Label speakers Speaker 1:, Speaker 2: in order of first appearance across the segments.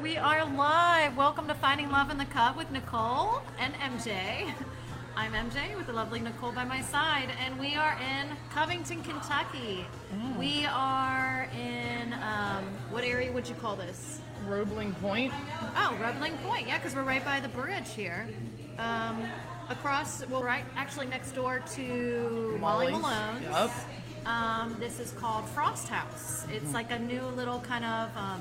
Speaker 1: We are live. Welcome to Finding Love in the Cup with Nicole and MJ. I'm MJ with the lovely Nicole by my side, and we are in Covington, Kentucky. We are in um, what area would you call this?
Speaker 2: Roebling Point.
Speaker 1: Oh, Roebling Point. Yeah, because we're right by the bridge here. Um, across, well, right, actually next door to Molly
Speaker 2: Molly's.
Speaker 1: Malone's.
Speaker 2: Yup.
Speaker 1: Um, this is called Frost House. It's like a new little kind of um,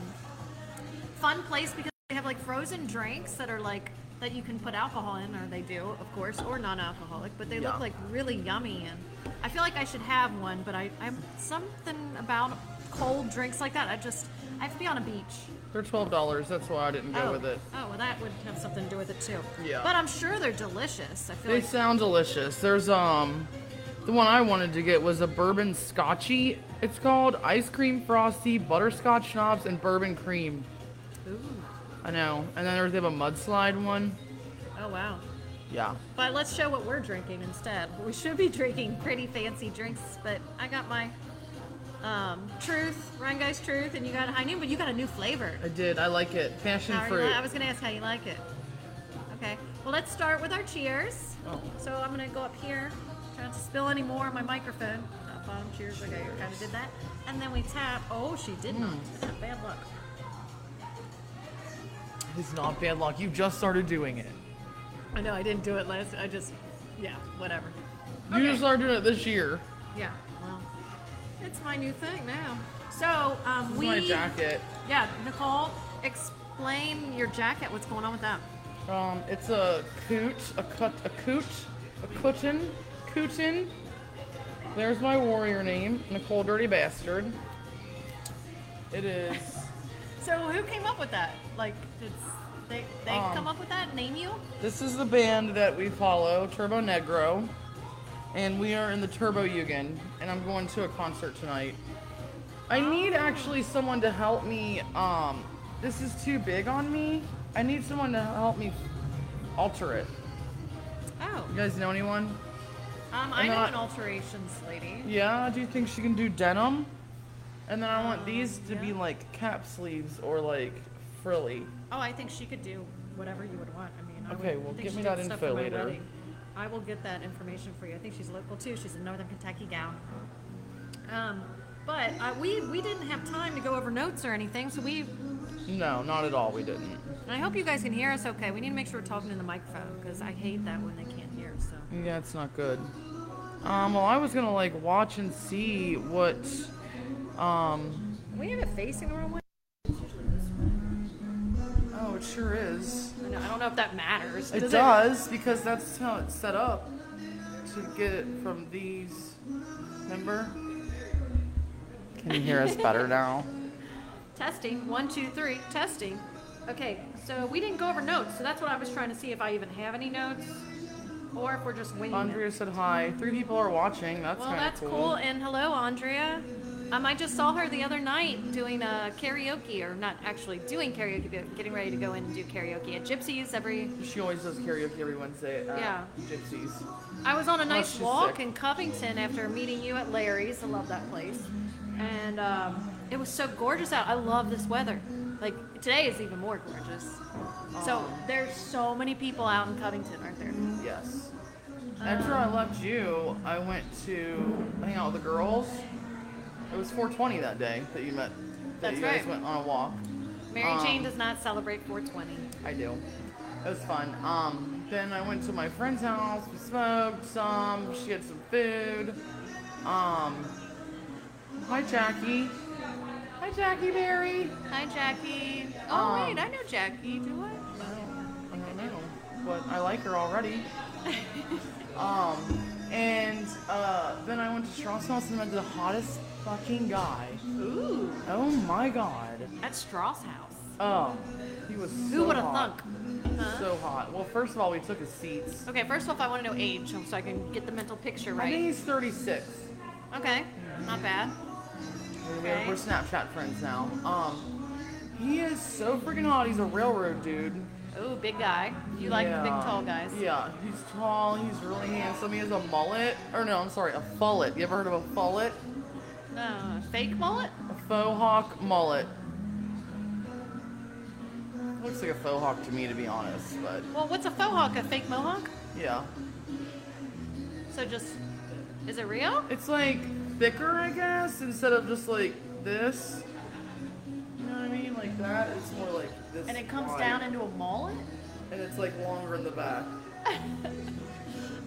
Speaker 1: fun place because they have like frozen drinks that are like that you can put alcohol in, or they do, of course, or non-alcoholic. But they
Speaker 2: Yeah.
Speaker 1: look like really yummy, and I feel like I should have one. But I, I'm something about cold drinks like that. I just I have to be on a beach.
Speaker 2: They're twelve dollars. That's why I didn't go
Speaker 1: oh.
Speaker 2: with it.
Speaker 1: Oh, well, that would have something to do with it too.
Speaker 2: Yeah.
Speaker 1: But I'm sure they're delicious. I feel
Speaker 2: They
Speaker 1: like
Speaker 2: sound delicious. There's um, the one I wanted to get was a bourbon scotchy. It's called ice cream frosty, butterscotch schnapps, and bourbon cream.
Speaker 1: Ooh.
Speaker 2: I know. And then there's they have a mudslide one.
Speaker 1: Oh wow.
Speaker 2: Yeah.
Speaker 1: But let's show what we're drinking instead. We should be drinking pretty fancy drinks, but I got my um, Truth, Rango's Truth, and you got a High Noon, but you got a new flavor.
Speaker 2: I did. I like it. Passion
Speaker 1: How are you
Speaker 2: fruit.
Speaker 1: li- I was going to ask how you like it. Okay. Well, let's start with our cheers.
Speaker 2: Oh.
Speaker 1: So I'm going to go up here, try not to spill any more on my microphone. Top bottom cheers. Okay, I kind of did that. And then we tap. Oh, she did not. Bad luck.
Speaker 2: It's not bad luck. You just started doing it.
Speaker 1: I know I didn't do it last. I just, yeah, whatever.
Speaker 2: You
Speaker 1: Okay.
Speaker 2: just started doing it this year.
Speaker 1: Yeah. Well, it's my new thing now. So um, we.
Speaker 2: My jacket.
Speaker 1: Yeah, Nicole, explain your jacket. What's going on with that?
Speaker 2: Um, it's a coot, a cut, a coot, a cootin, cootin. There's my warrior name, Nicole Dirty Bastard. It is.
Speaker 1: So who came up with that? Like, it's they they
Speaker 2: Um,
Speaker 1: come up with that? Name you?
Speaker 2: this is the band that we follow, Turbo Negro, and we are in the Turbo Yugen, and I'm going to a concert tonight. I need actually someone to help me. Um, this is too big on me. I need someone to help me alter it.
Speaker 1: Oh,
Speaker 2: You guys know anyone?
Speaker 1: um, I
Speaker 2: I'm
Speaker 1: know
Speaker 2: not-
Speaker 1: an alterations lady.
Speaker 2: Yeah, do you think she can do denim? And then I want these to be
Speaker 1: yeah.
Speaker 2: like cap sleeves or like frilly.
Speaker 1: Oh, I think she could do whatever you would want. I mean, I
Speaker 2: Okay,
Speaker 1: would
Speaker 2: well,
Speaker 1: think
Speaker 2: get
Speaker 1: she
Speaker 2: me
Speaker 1: did
Speaker 2: that
Speaker 1: stuff
Speaker 2: info
Speaker 1: for my
Speaker 2: later.
Speaker 1: wedding. I will get that information for you. I think she's local too. She's a Northern Kentucky gal. Um, but uh, we we didn't have time to go over notes or anything, so we.
Speaker 2: No, not at all. We didn't.
Speaker 1: And I hope you guys can hear us okay. We need to make sure we're talking in the microphone because I hate that when they can't hear. So.
Speaker 2: Yeah, it's not good. Um, well, I was gonna like watch and see what. Um,
Speaker 1: We have it facing the wrong way.
Speaker 2: oh, it sure is.
Speaker 1: I know- I don't know if that matters.
Speaker 2: It
Speaker 1: Does
Speaker 2: does because that's how it's set up to get it from these. Remember? Can you hear us better now?
Speaker 1: Testing. One, two, three. Testing. Okay, so we didn't go over notes, so that's what I was trying to see if I even have any notes or if we're just winging it.
Speaker 2: Andrea said hi. Three people are watching. That's
Speaker 1: Well,
Speaker 2: kind
Speaker 1: that's
Speaker 2: of
Speaker 1: cool. And hello, Andrea. Um, I just saw her the other night doing uh, karaoke, or not actually doing karaoke, but getting ready to go in and do karaoke at Gypsy's every.
Speaker 2: She always does karaoke every Wednesday at
Speaker 1: Yeah.
Speaker 2: Gypsies.
Speaker 1: I was on a nice
Speaker 2: Oh, she's
Speaker 1: walk
Speaker 2: sick.
Speaker 1: in Covington after meeting you at Larry's. I love that place. And um, it was so gorgeous out. I love this weather. Like today is even more gorgeous. So there's so many people out in Covington, aren't there?
Speaker 2: Yes. After I left you, I went to hang out with the girls. It was 420 that day that you met. That
Speaker 1: That's
Speaker 2: you guys
Speaker 1: right.
Speaker 2: went on a walk.
Speaker 1: Mary Jane
Speaker 2: Um,
Speaker 1: does not celebrate 420.
Speaker 2: I do. It was fun. Um, then I went to my friend's house. We smoked some. She had some food. Um, hi Jackie. Hi Jackie Berry.
Speaker 1: Hi, Jackie. Oh
Speaker 2: Um,
Speaker 1: wait, I know Jackie. Do I?
Speaker 2: I don't know, but I like her already. um, and uh, then I went to Strauss House and met the hottest fucking guy.
Speaker 1: Ooh,
Speaker 2: Oh my god.
Speaker 1: at Strauss House.
Speaker 2: Oh, he was so
Speaker 1: Who would have
Speaker 2: hot.
Speaker 1: thunk? Huh?
Speaker 2: So hot. Well, first of all, we took his seats.
Speaker 1: Okay, first off, I want to know age so I can get the mental picture
Speaker 2: I
Speaker 1: right.
Speaker 2: think he's 36.
Speaker 1: Okay, not bad.
Speaker 2: We're,
Speaker 1: Okay.
Speaker 2: we're Snapchat friends now. Um, he is so freaking hot. He's a railroad dude.
Speaker 1: Ooh, big guy. You like the big
Speaker 2: Yeah.
Speaker 1: tall guys.
Speaker 2: Yeah, he's tall, he's really handsome, he has a mullet. Or no, I'm sorry, a fullet. You ever heard of a fullet?
Speaker 1: No, fake mullet?
Speaker 2: A faux hawk mullet. Looks like a faux hawk to me, to be honest. But
Speaker 1: Well, what's a faux hawk? A fake mohawk?
Speaker 2: yeah,
Speaker 1: So just, is it real?
Speaker 2: it's like thicker, I guess, instead of just like this. You know what I mean? Like that. It's more like this.
Speaker 1: And it comes
Speaker 2: wide.
Speaker 1: down into a mullet?
Speaker 2: and it's like longer in the back.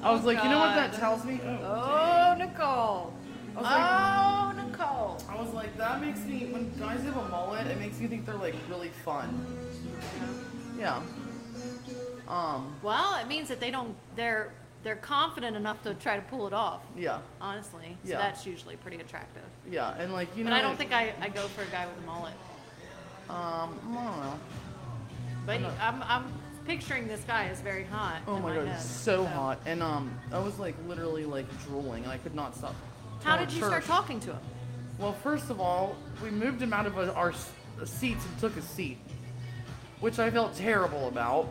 Speaker 2: I was like, you know what
Speaker 1: Oh, God.
Speaker 2: that tells me?
Speaker 1: Oh,
Speaker 2: Oh.
Speaker 1: Nicole.
Speaker 2: I was like,
Speaker 1: Oh, Nicole.
Speaker 2: I was like, that makes me, when guys have a mullet, it makes me think they're like really fun. Yeah. Um,
Speaker 1: Well, it means that they don't, they're, they're confident enough to try to pull it off,
Speaker 2: yeah,
Speaker 1: honestly. So
Speaker 2: Yeah.
Speaker 1: that's usually pretty attractive.
Speaker 2: yeah, and like, you
Speaker 1: But
Speaker 2: know.
Speaker 1: I don't think I, I go for a guy with a mullet.
Speaker 2: Um, I don't know.
Speaker 1: But I'm, I'm picturing this guy is very hot.
Speaker 2: Oh
Speaker 1: in
Speaker 2: my god,
Speaker 1: head,
Speaker 2: it's so hot. And um, I was like literally like drooling and I could not stop.
Speaker 1: How
Speaker 2: telling
Speaker 1: did you
Speaker 2: her-
Speaker 1: start talking to him?
Speaker 2: Well, first of all, we moved him out of uh, our s- seats and took a seat, which I felt terrible about.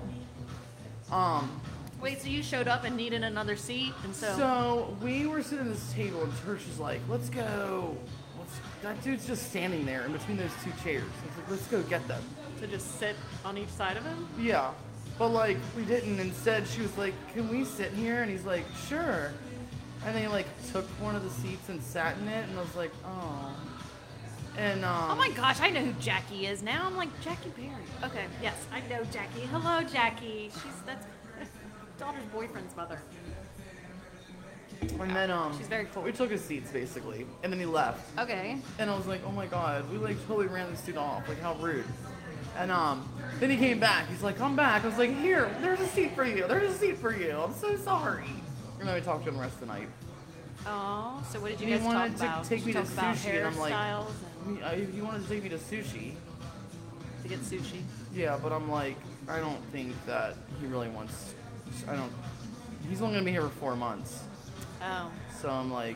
Speaker 2: Um,
Speaker 1: Wait, so you showed up and needed another seat, and so,
Speaker 2: So we were sitting at this table, and Church is like, "Let's go." Let's, that dude's just standing there in between those two chairs. He's like, "Let's go get them."
Speaker 1: to just sit on each side of him?
Speaker 2: Yeah, but like we didn't. Instead, she was like, "Can we sit here?" And he's like, "Sure." And they like took one of the seats and sat in it, and I was like, "Oh." And um,
Speaker 1: Oh my gosh, I know who Jackie is now. I'm like Jackie Perry. Okay, yes, I know Jackie. Hello, Jackie. She's that's that's daughter's boyfriend's mother.
Speaker 2: and then um,
Speaker 1: She's very cool.
Speaker 2: We took his seats basically, and then he left.
Speaker 1: Okay.
Speaker 2: And I was like, oh my god, we like totally ran this dude off. Like how rude. And um, then he came back. He's like, I'm back. I was like, here, there's a seat for you. There's a seat for you. I'm so sorry. And then we talked to him the rest of the night.
Speaker 1: Oh, so what did you
Speaker 2: He
Speaker 1: guys talk
Speaker 2: wanted to
Speaker 1: about?
Speaker 2: take
Speaker 1: Did
Speaker 2: me
Speaker 1: you
Speaker 2: to
Speaker 1: talk about
Speaker 2: sushi, and I'm like-
Speaker 1: hairstyles
Speaker 2: He, I, he wanted to take me to sushi.
Speaker 1: and to get sushi.
Speaker 2: Yeah, but I'm like, I don't think that he really wants. I don't. He's only gonna be here for four months.
Speaker 1: Oh.
Speaker 2: So I'm like,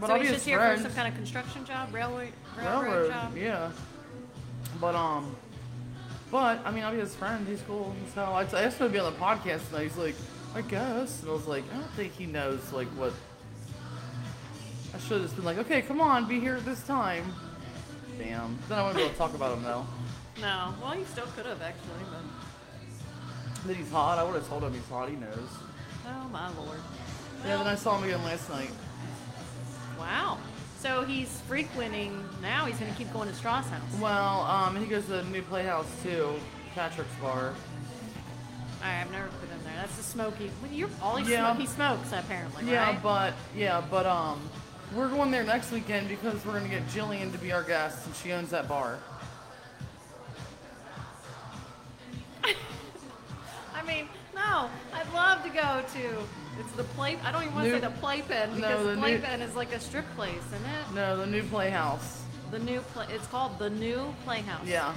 Speaker 2: but
Speaker 1: so
Speaker 2: I'll
Speaker 1: he's
Speaker 2: be
Speaker 1: just
Speaker 2: his
Speaker 1: here
Speaker 2: friend.
Speaker 1: for some kind of construction job, railway, railroad,
Speaker 2: railroad.
Speaker 1: job.
Speaker 2: Yeah. But um, but I mean, I'll be his friend. He's cool. So I, I asked him to be on the podcast, and he's like, I guess. And I was like, I don't think he knows like what. I should have just been like, okay, come on, be here this time. Damn. Then I wouldn't be able to talk about him though.
Speaker 1: No. Well, you still could have actually, but
Speaker 2: That he's hot. I would have told him he's hot. He knows.
Speaker 1: oh my lord.
Speaker 2: Yeah. Then I saw him again last night.
Speaker 1: Wow. So he's frequenting now. He's going to keep going to Straw's house.
Speaker 2: Well, um, he goes to the new playhouse too, Patrick's bar.
Speaker 1: All right, I've never been in there. That's the smoky. Well, you're all he,
Speaker 2: Yeah.
Speaker 1: smoke, he smokes apparently.
Speaker 2: Yeah,
Speaker 1: right?
Speaker 2: but yeah, but um, we're going there next weekend because we're gonna get Jillian to be our guest, and she owns that bar.
Speaker 1: I mean, no, I'd love to go to. It's the play. I don't even want to
Speaker 2: New-
Speaker 1: say the playpen
Speaker 2: No,
Speaker 1: because
Speaker 2: the
Speaker 1: the
Speaker 2: new-
Speaker 1: playpen is like a strip place, isn't it?
Speaker 2: No, the new playhouse.
Speaker 1: The new play. It's called the new playhouse.
Speaker 2: Yeah,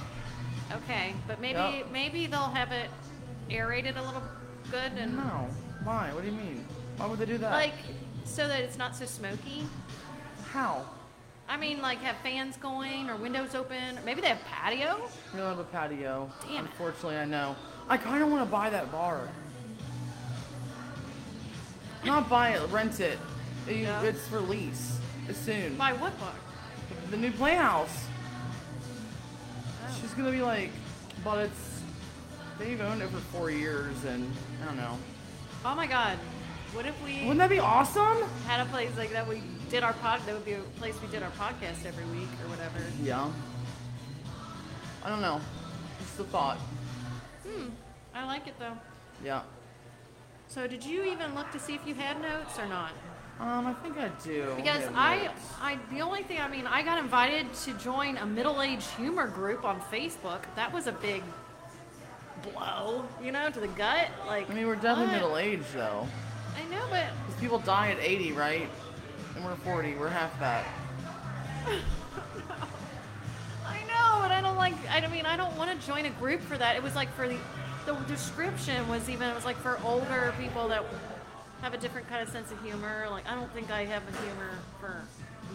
Speaker 1: Okay, but maybe
Speaker 2: Yep.
Speaker 1: maybe they'll have it aerated a little good and
Speaker 2: no. Why? What do you mean? Why would they do that?
Speaker 1: like so that it's not so smoky.
Speaker 2: how?
Speaker 1: I mean, like have fans going or windows open. Or maybe they have patio.
Speaker 2: We don't have a patio.
Speaker 1: Damn it.
Speaker 2: Unfortunately, I know. I kind of want to buy that bar. Not buy it, rent it. It-
Speaker 1: Yeah.
Speaker 2: It's for lease soon.
Speaker 1: By what bar?
Speaker 2: The new playhouse.
Speaker 1: Oh.
Speaker 2: She's gonna be like, but it's they've owned it for four years, and I don't know.
Speaker 1: Oh my God! What if we?
Speaker 2: Wouldn't that be awesome?
Speaker 1: had a place like that we did our pod that would be a place we did our podcast every week or whatever
Speaker 2: Yeah. I don't know. Just a thought.
Speaker 1: i like it though
Speaker 2: Yeah.
Speaker 1: so did you even look to see if you had notes or not
Speaker 2: Um, I think I do.
Speaker 1: because
Speaker 2: have
Speaker 1: i
Speaker 2: notes.
Speaker 1: i the only thing i mean i got invited to join a middle-aged humor group on facebook that was a big blow you know to the gut like
Speaker 2: I mean, we're definitely
Speaker 1: what?
Speaker 2: middle aged though.
Speaker 1: i know but
Speaker 2: 'Cause people die at 80, right? And we're 40. We're half that.
Speaker 1: I know, but I don't like. I mean, I don't want to join a group for that. It was like for the, the description was even. It was like for older people that have a different kind of sense of humor. Like I don't think I have a humor for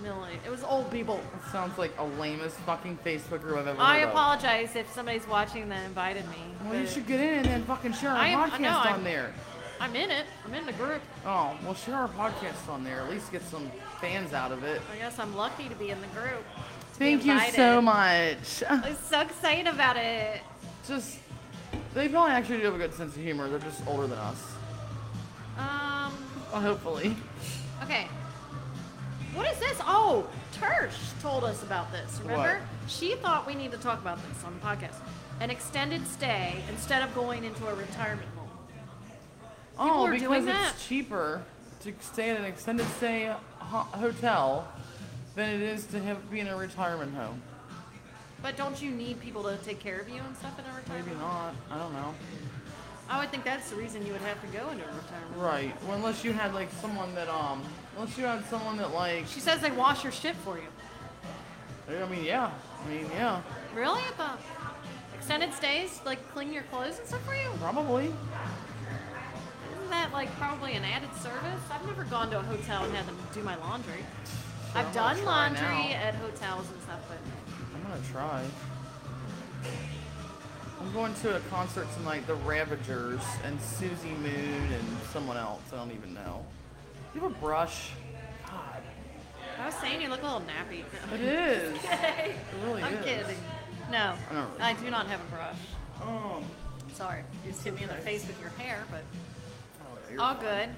Speaker 1: Millie. It was old people.
Speaker 2: That sounds like a lamest fucking Facebook group I've ever
Speaker 1: I
Speaker 2: heard of.
Speaker 1: apologize if somebody's watching that invited me.
Speaker 2: Well, you
Speaker 1: but
Speaker 2: should get in and then fucking share our
Speaker 1: I am- I
Speaker 2: podcast
Speaker 1: know,
Speaker 2: on
Speaker 1: I'm-
Speaker 2: there.
Speaker 1: I'm in it. I'm in the group.
Speaker 2: Oh, well, share our podcast on there. At least get some fans out of it.
Speaker 1: I guess I'm lucky to be in the group. to be
Speaker 2: Thank you so
Speaker 1: invited.
Speaker 2: much.
Speaker 1: I'm so excited about it.
Speaker 2: Just They probably actually do have a good sense of humor. They're just older than us.
Speaker 1: Um.
Speaker 2: Well, hopefully.
Speaker 1: Okay. What is this? Oh, Tersh told us about this. Remember? She thought we need to talk about this on the podcast. An extended stay instead of going into a retirement home.
Speaker 2: oh,
Speaker 1: are
Speaker 2: because
Speaker 1: doing
Speaker 2: it's
Speaker 1: that.
Speaker 2: cheaper to stay at an extended stay ho- hotel than it is to have, be in a retirement home.
Speaker 1: But don't you need people to take care of you and stuff in a retirement?
Speaker 2: Maybe
Speaker 1: home? Oh,
Speaker 2: not. I don't know.
Speaker 1: I would think that's the reason you would have to go into a retirement. home.
Speaker 2: Right. Well, unless you had like someone that um, unless you had someone that like.
Speaker 1: She says they wash your shit for you.
Speaker 2: I mean, yeah. I mean, yeah.
Speaker 1: Really? At the extended stays, like clean your clothes and stuff for you?
Speaker 2: Probably.
Speaker 1: Isn't that like probably an added service? I've never gone to a hotel and had them do my laundry. I've
Speaker 2: I'm gonna
Speaker 1: done
Speaker 2: try
Speaker 1: laundry
Speaker 2: now.
Speaker 1: at hotels and stuff, but
Speaker 2: I'm gonna try. I'm going to a concert tonight, The Ravagers and Susie Moon and someone else. I don't even know. Do you have a brush? God,
Speaker 1: I was saying you look a little nappy.
Speaker 2: it is. It really
Speaker 1: I'm
Speaker 2: is.
Speaker 1: kidding. No,
Speaker 2: I don't really-
Speaker 1: I do not have a brush.
Speaker 2: Um,
Speaker 1: Sorry, you just hit me in the face with your hair, but
Speaker 2: oh, you're
Speaker 1: all
Speaker 2: fine.
Speaker 1: good.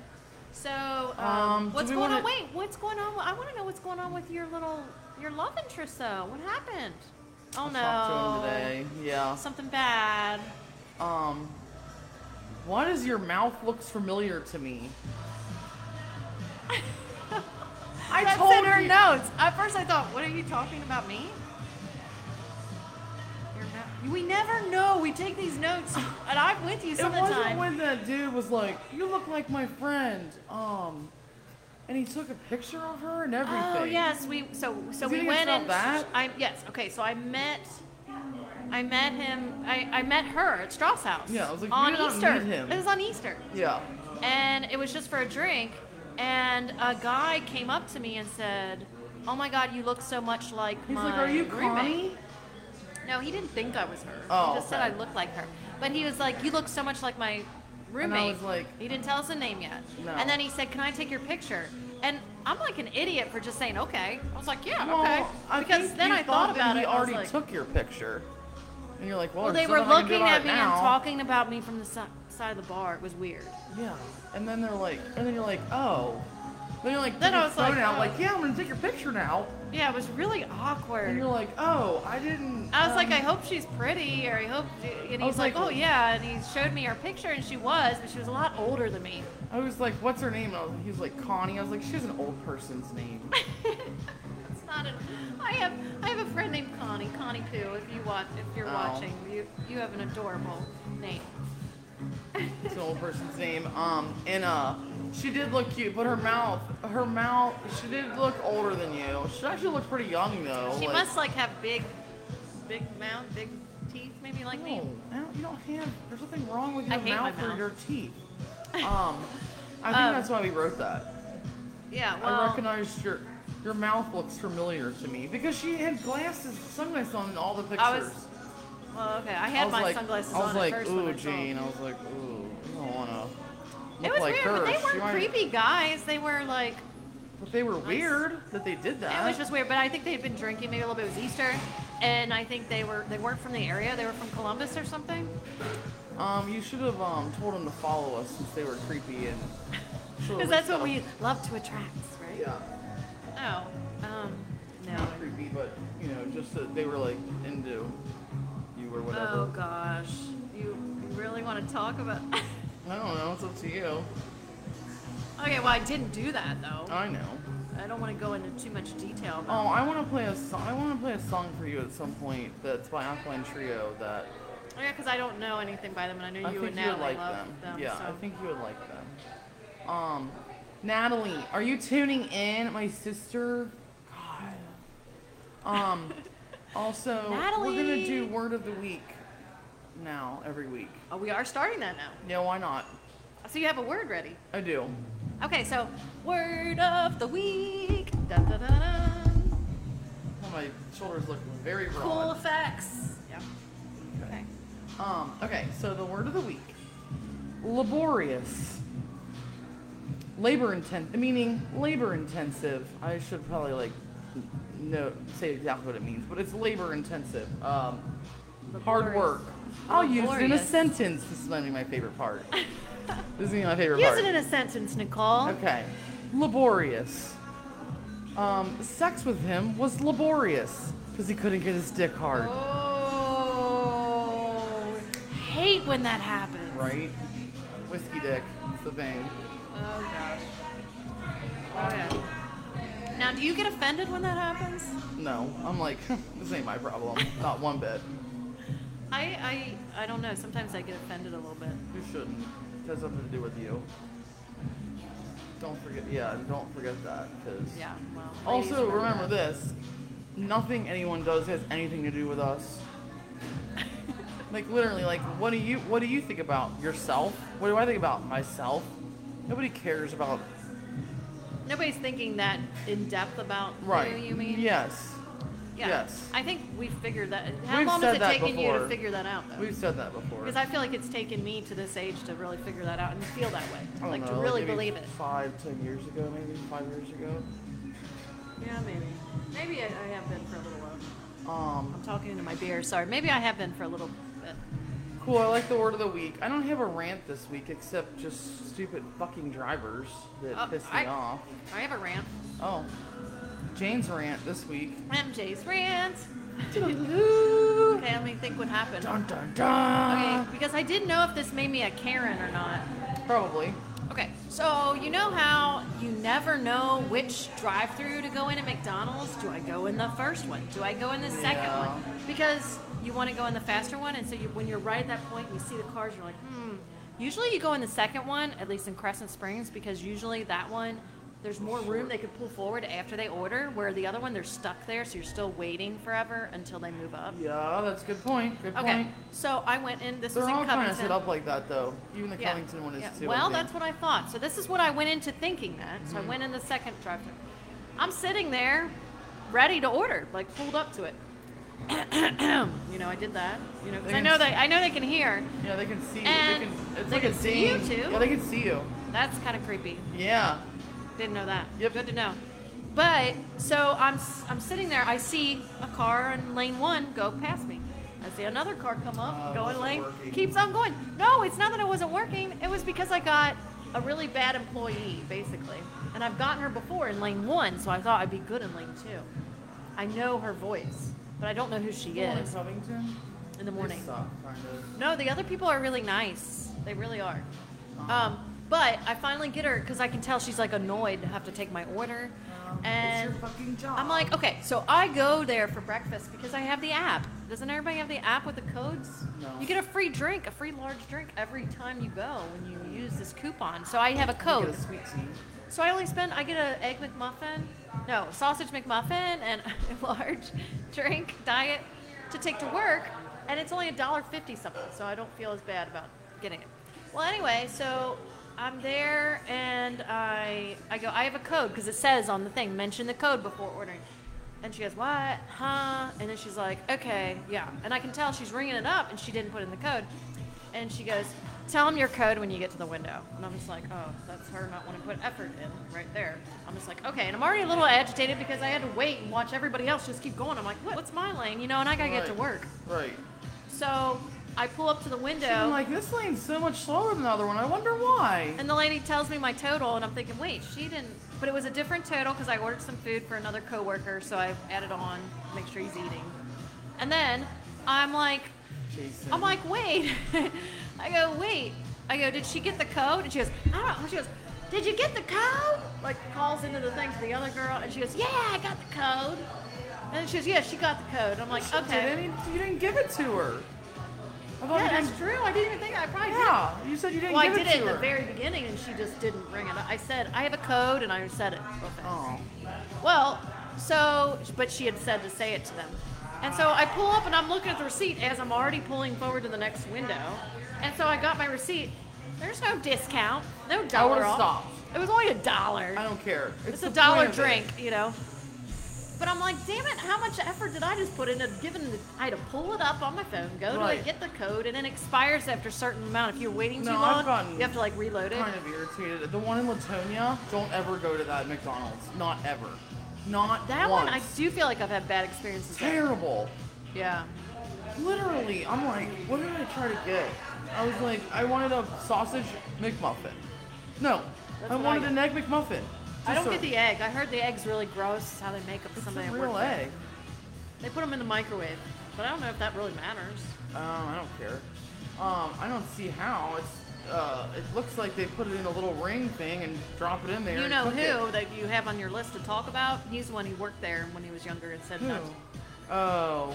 Speaker 1: So, um,
Speaker 2: Um, do
Speaker 1: what's
Speaker 2: we
Speaker 1: going on?
Speaker 2: wanna-
Speaker 1: Wait, what's going on? I want to know what's going on with your little your love interest though. What happened? Oh no,
Speaker 2: Talked to him today. Yeah.
Speaker 1: something bad.
Speaker 2: Um, why does your mouth looks familiar to me? I
Speaker 1: That's
Speaker 2: told
Speaker 1: in her
Speaker 2: you.
Speaker 1: notes. At first, I thought, "What are you talking about me?" Your mou- We never know. We take these notes, and I'm with you
Speaker 2: It
Speaker 1: some of the
Speaker 2: wasn't
Speaker 1: time.
Speaker 2: when that dude was like, "You look like my friend," um, and he took a picture of her and everything.
Speaker 1: oh yes, we so so
Speaker 2: You
Speaker 1: we
Speaker 2: think
Speaker 1: went
Speaker 2: it's
Speaker 1: and
Speaker 2: not that?
Speaker 1: I yes okay. So I met. I met him. I, I met her at Strauss House.
Speaker 2: Yeah, I was like, you
Speaker 1: on
Speaker 2: did not
Speaker 1: Easter.
Speaker 2: meet him.
Speaker 1: It was on Easter,
Speaker 2: Yeah.
Speaker 1: and it was just for a drink. And a guy came up to me and said, "Oh my God, you look so much like
Speaker 2: He's
Speaker 1: my
Speaker 2: like, "Are you
Speaker 1: roommate."
Speaker 2: Connie?"
Speaker 1: No, he didn't think I was her.
Speaker 2: Oh,
Speaker 1: he just said
Speaker 2: okay.
Speaker 1: I looked like her. But he was like, "You look so much like my roommate."
Speaker 2: was like-
Speaker 1: "He didn't tell us the name yet."
Speaker 2: No.
Speaker 1: And then he said, "Can I take your picture?" And I'm like an idiot for just saying okay. I was like, "Yeah,
Speaker 2: Well,
Speaker 1: okay."
Speaker 2: I
Speaker 1: because
Speaker 2: think
Speaker 1: then
Speaker 2: you
Speaker 1: I thought,
Speaker 2: that
Speaker 1: about
Speaker 2: he
Speaker 1: it. and I was
Speaker 2: already
Speaker 1: like-
Speaker 2: took your picture, and you're like, "Well,
Speaker 1: Well,
Speaker 2: there's
Speaker 1: they were
Speaker 2: nothing I can do
Speaker 1: looking
Speaker 2: about
Speaker 1: at
Speaker 2: it
Speaker 1: me
Speaker 2: now.
Speaker 1: and talking about me from the si- side of the bar. It was weird.
Speaker 2: Yeah, and then they're like, and then you're like, "Oh." Then you're like,
Speaker 1: Then
Speaker 2: put
Speaker 1: I
Speaker 2: your
Speaker 1: was like,
Speaker 2: phone out,
Speaker 1: oh.
Speaker 2: like, yeah, I'm gonna take your picture now.
Speaker 1: Yeah, it was really
Speaker 2: And you're
Speaker 1: awkward.
Speaker 2: like, oh, I didn't.
Speaker 1: I was like,
Speaker 2: um,
Speaker 1: I hope she's pretty, or I hope. And
Speaker 2: I
Speaker 1: he's
Speaker 2: was
Speaker 1: like,
Speaker 2: like-
Speaker 1: Oh yeah, and he showed me her picture, and she was, but she was a lot older than me.
Speaker 2: I was like, what's her name? And I was, he was like, Connie. I was like, she has an old person's name.
Speaker 1: It's not an. I have I have a friend named Connie Connie Pooh. If you watch, if you're
Speaker 2: Oh.
Speaker 1: watching, you you have an adorable name.
Speaker 2: It's an old person's name. Um, and uh, she did look cute, but her mouth, her mouth, she did look older than you. She actually looked pretty young though.
Speaker 1: She
Speaker 2: Oh, like-
Speaker 1: must like have big, big mouth, big teeth, maybe like
Speaker 2: No,
Speaker 1: me.
Speaker 2: I don't, you don't have. There's nothing wrong with
Speaker 1: I
Speaker 2: your
Speaker 1: hate my
Speaker 2: mouth, or
Speaker 1: mouth.
Speaker 2: your teeth. Um, I think
Speaker 1: Um,
Speaker 2: that's why we wrote that.
Speaker 1: Yeah,
Speaker 2: I
Speaker 1: well,
Speaker 2: recognized your your mouth looks familiar to me because she had glasses, sunglasses on in all the pictures.
Speaker 1: I was- well, okay. I had
Speaker 2: was
Speaker 1: my
Speaker 2: like,
Speaker 1: sunglasses
Speaker 2: I was
Speaker 1: on
Speaker 2: like,
Speaker 1: at first. when
Speaker 2: ooh,
Speaker 1: I saw them.
Speaker 2: Jane. I was like, ooh, I don't wanna.
Speaker 1: It
Speaker 2: look
Speaker 1: was
Speaker 2: like
Speaker 1: weird,
Speaker 2: her.
Speaker 1: but they
Speaker 2: She
Speaker 1: weren't
Speaker 2: might-
Speaker 1: creepy guys. They were like,
Speaker 2: But they were weird that they did that.
Speaker 1: it was just weird. But I think they'd been drinking maybe a little bit. It was Easter, and I think they were they weren't from the area. They were from Columbus or something.
Speaker 2: Um, you should have um told them to follow us since they were creepy and. should have
Speaker 1: Because that's
Speaker 2: looked
Speaker 1: what we
Speaker 2: up.
Speaker 1: love to attract, right?
Speaker 2: Yeah,
Speaker 1: Oh, um, no.
Speaker 2: not creepy, but you know, just that they were like into you or whatever.
Speaker 1: Oh gosh, you you really want to talk about?
Speaker 2: I don't know. It's up to you.
Speaker 1: okay, well I didn't do that though.
Speaker 2: I know.
Speaker 1: I don't want to go into too much detail. About
Speaker 2: Oh, I want to play a song. I want to play a song for you at some point. That's by Alkaline Trio. That
Speaker 1: Yeah, because I don't know anything by them, and I know
Speaker 2: Oh. I
Speaker 1: you
Speaker 2: think
Speaker 1: and
Speaker 2: you would
Speaker 1: Natalie
Speaker 2: like
Speaker 1: love
Speaker 2: them.
Speaker 1: them.
Speaker 2: yeah,
Speaker 1: so.
Speaker 2: I think you would like them. Um, Natalie, are you tuning in, my sister? God. Um. also, we're gonna
Speaker 1: Natalie!
Speaker 2: do word of the week now every week.
Speaker 1: Oh, we are starting that now.
Speaker 2: Yeah, why not?
Speaker 1: So you have a word ready.
Speaker 2: I do.
Speaker 1: Okay, so word of the week. Dun, dun, dun, dun.
Speaker 2: Well, my shoulders look very raw.
Speaker 1: Cool effects. Yeah. Okay.
Speaker 2: Um, okay, so the word of the week. Laborious. Labor intensive, meaning labor intensive. I should probably like n- know say exactly what it means, but it's labor intensive. Um, hard
Speaker 1: Laborious.
Speaker 2: work, I'll use it in a
Speaker 1: Glorious.
Speaker 2: sentence. This is going to be my favorite part. this is gonna be my favorite
Speaker 1: Use
Speaker 2: part.
Speaker 1: it in a sentence, Nicole.
Speaker 2: okay. Laborious. Um, sex with him was laborious because he couldn't get his dick hard.
Speaker 1: Oh, hate when that happens.
Speaker 2: Right? Whiskey dick. It's the thing.
Speaker 1: Oh gosh. Oh yeah. Now, do you get offended when that happens?
Speaker 2: No, I'm like, this ain't my problem. Not one bit.
Speaker 1: I I I don't know. Sometimes I get offended a little bit.
Speaker 2: You shouldn't. It has nothing to do with you. Don't forget. Yeah, and don't forget that. Cause
Speaker 1: Yeah. Well. ladies,
Speaker 2: Also, remember this: nothing anyone does has anything to do with us. like literally, like what do you what do you think about yourself? What do I think about myself? Nobody cares about
Speaker 1: Nobody's thinking that in depth about
Speaker 2: right.
Speaker 1: who you mean.
Speaker 2: Yes,
Speaker 1: Yeah.
Speaker 2: yes.
Speaker 1: I think we've figured that. How
Speaker 2: We've
Speaker 1: long
Speaker 2: said
Speaker 1: has it
Speaker 2: that
Speaker 1: taken you to
Speaker 2: before.
Speaker 1: figure that out, though?
Speaker 2: we've said that before.
Speaker 1: Because I feel like it's taken me to this age to really figure that out and feel that way,
Speaker 2: I don't
Speaker 1: like
Speaker 2: know,
Speaker 1: to really
Speaker 2: maybe
Speaker 1: believe it.
Speaker 2: Five, ten years ago, maybe five years ago.
Speaker 1: Yeah, maybe. Maybe I, I have been for a little while.
Speaker 2: Um,
Speaker 1: I'm talking into my beer. Sorry. Maybe I have been for a little bit.
Speaker 2: Cool, I like the word of the week. I don't have a rant this week except just stupid fucking drivers that
Speaker 1: Oh,
Speaker 2: piss me
Speaker 1: I-
Speaker 2: off.
Speaker 1: I have a rant.
Speaker 2: Oh. Jane's rant this week.
Speaker 1: MJ's rant.
Speaker 2: dun
Speaker 1: Okay, let me think what happened.
Speaker 2: dun dun!
Speaker 1: Okay, because I didn't know if this made me a Karen or not.
Speaker 2: Probably.
Speaker 1: Okay, so you know how you never know which drive through to go in at McDonald's? Do I go in the first one? Do I go in the second
Speaker 2: Yeah.
Speaker 1: one? Because you want to go in the faster one, and so you, when you're right at that point and you see the cars, you're like, hmm. Usually you go in the second one, at least in Crescent Springs, because usually that one, there's more room they could pull forward after they order, where the other one, they're stuck there, so you're still waiting forever until they move up.
Speaker 2: Yeah, that's a good point. Good
Speaker 1: Okay,
Speaker 2: point.
Speaker 1: so I went in, this
Speaker 2: They're
Speaker 1: was in
Speaker 2: all
Speaker 1: Covington.
Speaker 2: kind of set up like that though. Even the
Speaker 1: Yeah.
Speaker 2: Covington one is
Speaker 1: Yeah.
Speaker 2: too. I
Speaker 1: Well,
Speaker 2: think.
Speaker 1: that's what I thought. So this is what I went into thinking that. So
Speaker 2: Mm-hmm.
Speaker 1: I went in the second drive-thru. I'm sitting there, ready to order, like pulled up to it. you know, I did that. You know, 'cause
Speaker 2: They
Speaker 1: I
Speaker 2: can
Speaker 1: know
Speaker 2: s-
Speaker 1: they, I know they can hear.
Speaker 2: Yeah, they can see you.
Speaker 1: And
Speaker 2: they can, it's
Speaker 1: they
Speaker 2: like
Speaker 1: can
Speaker 2: a
Speaker 1: see you,
Speaker 2: ding.
Speaker 1: too.
Speaker 2: Yeah, they can see you.
Speaker 1: That's kind of creepy.
Speaker 2: Yeah.
Speaker 1: Didn't know that.
Speaker 2: Yep.
Speaker 1: Good to know. But so I'm s- I'm sitting there. I see a car in lane one go past me. I see another car come up,
Speaker 2: Uh,
Speaker 1: go in
Speaker 2: wasn't
Speaker 1: lane,
Speaker 2: working.
Speaker 1: keeps on going. No, it's not that it wasn't working. It was because I got a really bad employee, basically. And I've gotten her before in lane one, so I thought I'd be good in lane two. I know her voice, but I don't know who she
Speaker 2: The one in
Speaker 1: is
Speaker 2: Covington.
Speaker 1: in the
Speaker 2: They
Speaker 1: morning.
Speaker 2: suck, kind of.
Speaker 1: No, the other people are really nice. They really are. Um, but I finally get her because I can tell she's like annoyed to have to take my order. And
Speaker 2: it's your fucking job.
Speaker 1: I'm like, okay, so I go there for breakfast because I have the app. Doesn't everybody have the app with the codes?
Speaker 2: No.
Speaker 1: You get a free drink, a free large drink every time you go when you use this coupon. So I have a
Speaker 2: You
Speaker 1: code.
Speaker 2: get a sweet tea.
Speaker 1: So I only spend, I get a egg McMuffin, no, sausage McMuffin and a large drink diet to take to work, and it's only a dollar fifty something, so I don't feel as bad about getting it. Well, anyway, so I'm there and I I go, I have a code because it says on the thing, mention the code before ordering. And she goes, what? Huh? And then she's like, okay, yeah. And I can tell she's ringing it up and she didn't put in the code. And she goes, Tell them your code when you get to the window. And I'm just like, Oh, that's her not wanting to put effort in right there. I'm just like, Okay. And I'm already a little agitated because I had to wait and watch everybody else just keep going. I'm like, what? What's my lane? You know, and I got to get to
Speaker 2: Right.
Speaker 1: work.
Speaker 2: Right.
Speaker 1: So I pull up to the
Speaker 2: I'm
Speaker 1: window.
Speaker 2: like, this lane's so much slower than the other one. I wonder why.
Speaker 1: And the lady tells me my total, and I'm thinking, wait, she didn't. But it was a different total because I ordered some food for another coworker, so I added on, make sure he's eating. And then I'm like,
Speaker 2: Jason.
Speaker 1: I'm like, wait. I go, wait. I go, did she get the code? And she goes, I don't. She goes, did you get the code? Like calls into the thing to the other girl, and she goes, yeah, I got the code. And then she goes, yeah, she got the code. I'm like,
Speaker 2: You
Speaker 1: okay.
Speaker 2: didn't, you didn't give it to her. I thought
Speaker 1: Yeah,
Speaker 2: you
Speaker 1: that's
Speaker 2: didn't,
Speaker 1: true. I didn't even think I probably did.
Speaker 2: yeah, you said you didn't
Speaker 1: Well, I
Speaker 2: give
Speaker 1: did
Speaker 2: it
Speaker 1: it
Speaker 2: to
Speaker 1: in the
Speaker 2: her.
Speaker 1: very beginning, and she just didn't bring it up. I said, I have a code, and I said it. real fast.
Speaker 2: oh,
Speaker 1: Well, so, but she had said to say it to them. And so I pull up and I'm looking at the receipt as I'm already pulling forward to the next window. And so I got my receipt. There's no discount, no dollar
Speaker 2: would've
Speaker 1: off.
Speaker 2: stopped.
Speaker 1: It was only a dollar.
Speaker 2: I don't care. It's,
Speaker 1: It's
Speaker 2: the
Speaker 1: a dollar
Speaker 2: point of it.
Speaker 1: drink, you know. But I'm like, damn it, how much effort did I just put into giving the, I had to pull it up on my phone, go to
Speaker 2: Right.
Speaker 1: it, get the code, and it expires after a certain amount. If you're waiting too
Speaker 2: No, I've
Speaker 1: long,
Speaker 2: gotten
Speaker 1: you have to like reload it.
Speaker 2: Kind of irritated. The one in Latonia. Don't ever go to that McDonald's. Not ever. Not
Speaker 1: that
Speaker 2: once.
Speaker 1: one, I do feel like I've had bad experiences. there.
Speaker 2: terrible.
Speaker 1: Yeah.
Speaker 2: Literally, I'm like, what did I try to get? I was like, I wanted a sausage McMuffin. No,
Speaker 1: That's
Speaker 2: I
Speaker 1: what
Speaker 2: wanted
Speaker 1: I-
Speaker 2: an egg McMuffin.
Speaker 1: I don't
Speaker 2: Just so-
Speaker 1: get the egg. I heard the egg's really gross. How they make up
Speaker 2: It's
Speaker 1: somebody
Speaker 2: a
Speaker 1: at
Speaker 2: real
Speaker 1: work.
Speaker 2: egg.
Speaker 1: They put them in the microwave, but I don't know if that really matters.
Speaker 2: Um, I don't care. Um, I don't see how. It's uh, it looks like they put it in a little ring thing and drop it in there.
Speaker 1: You
Speaker 2: and
Speaker 1: know
Speaker 2: cook it.
Speaker 1: who that you have on your list to talk about? He's the one who worked there when he was younger and said not to-
Speaker 2: Who? Oh,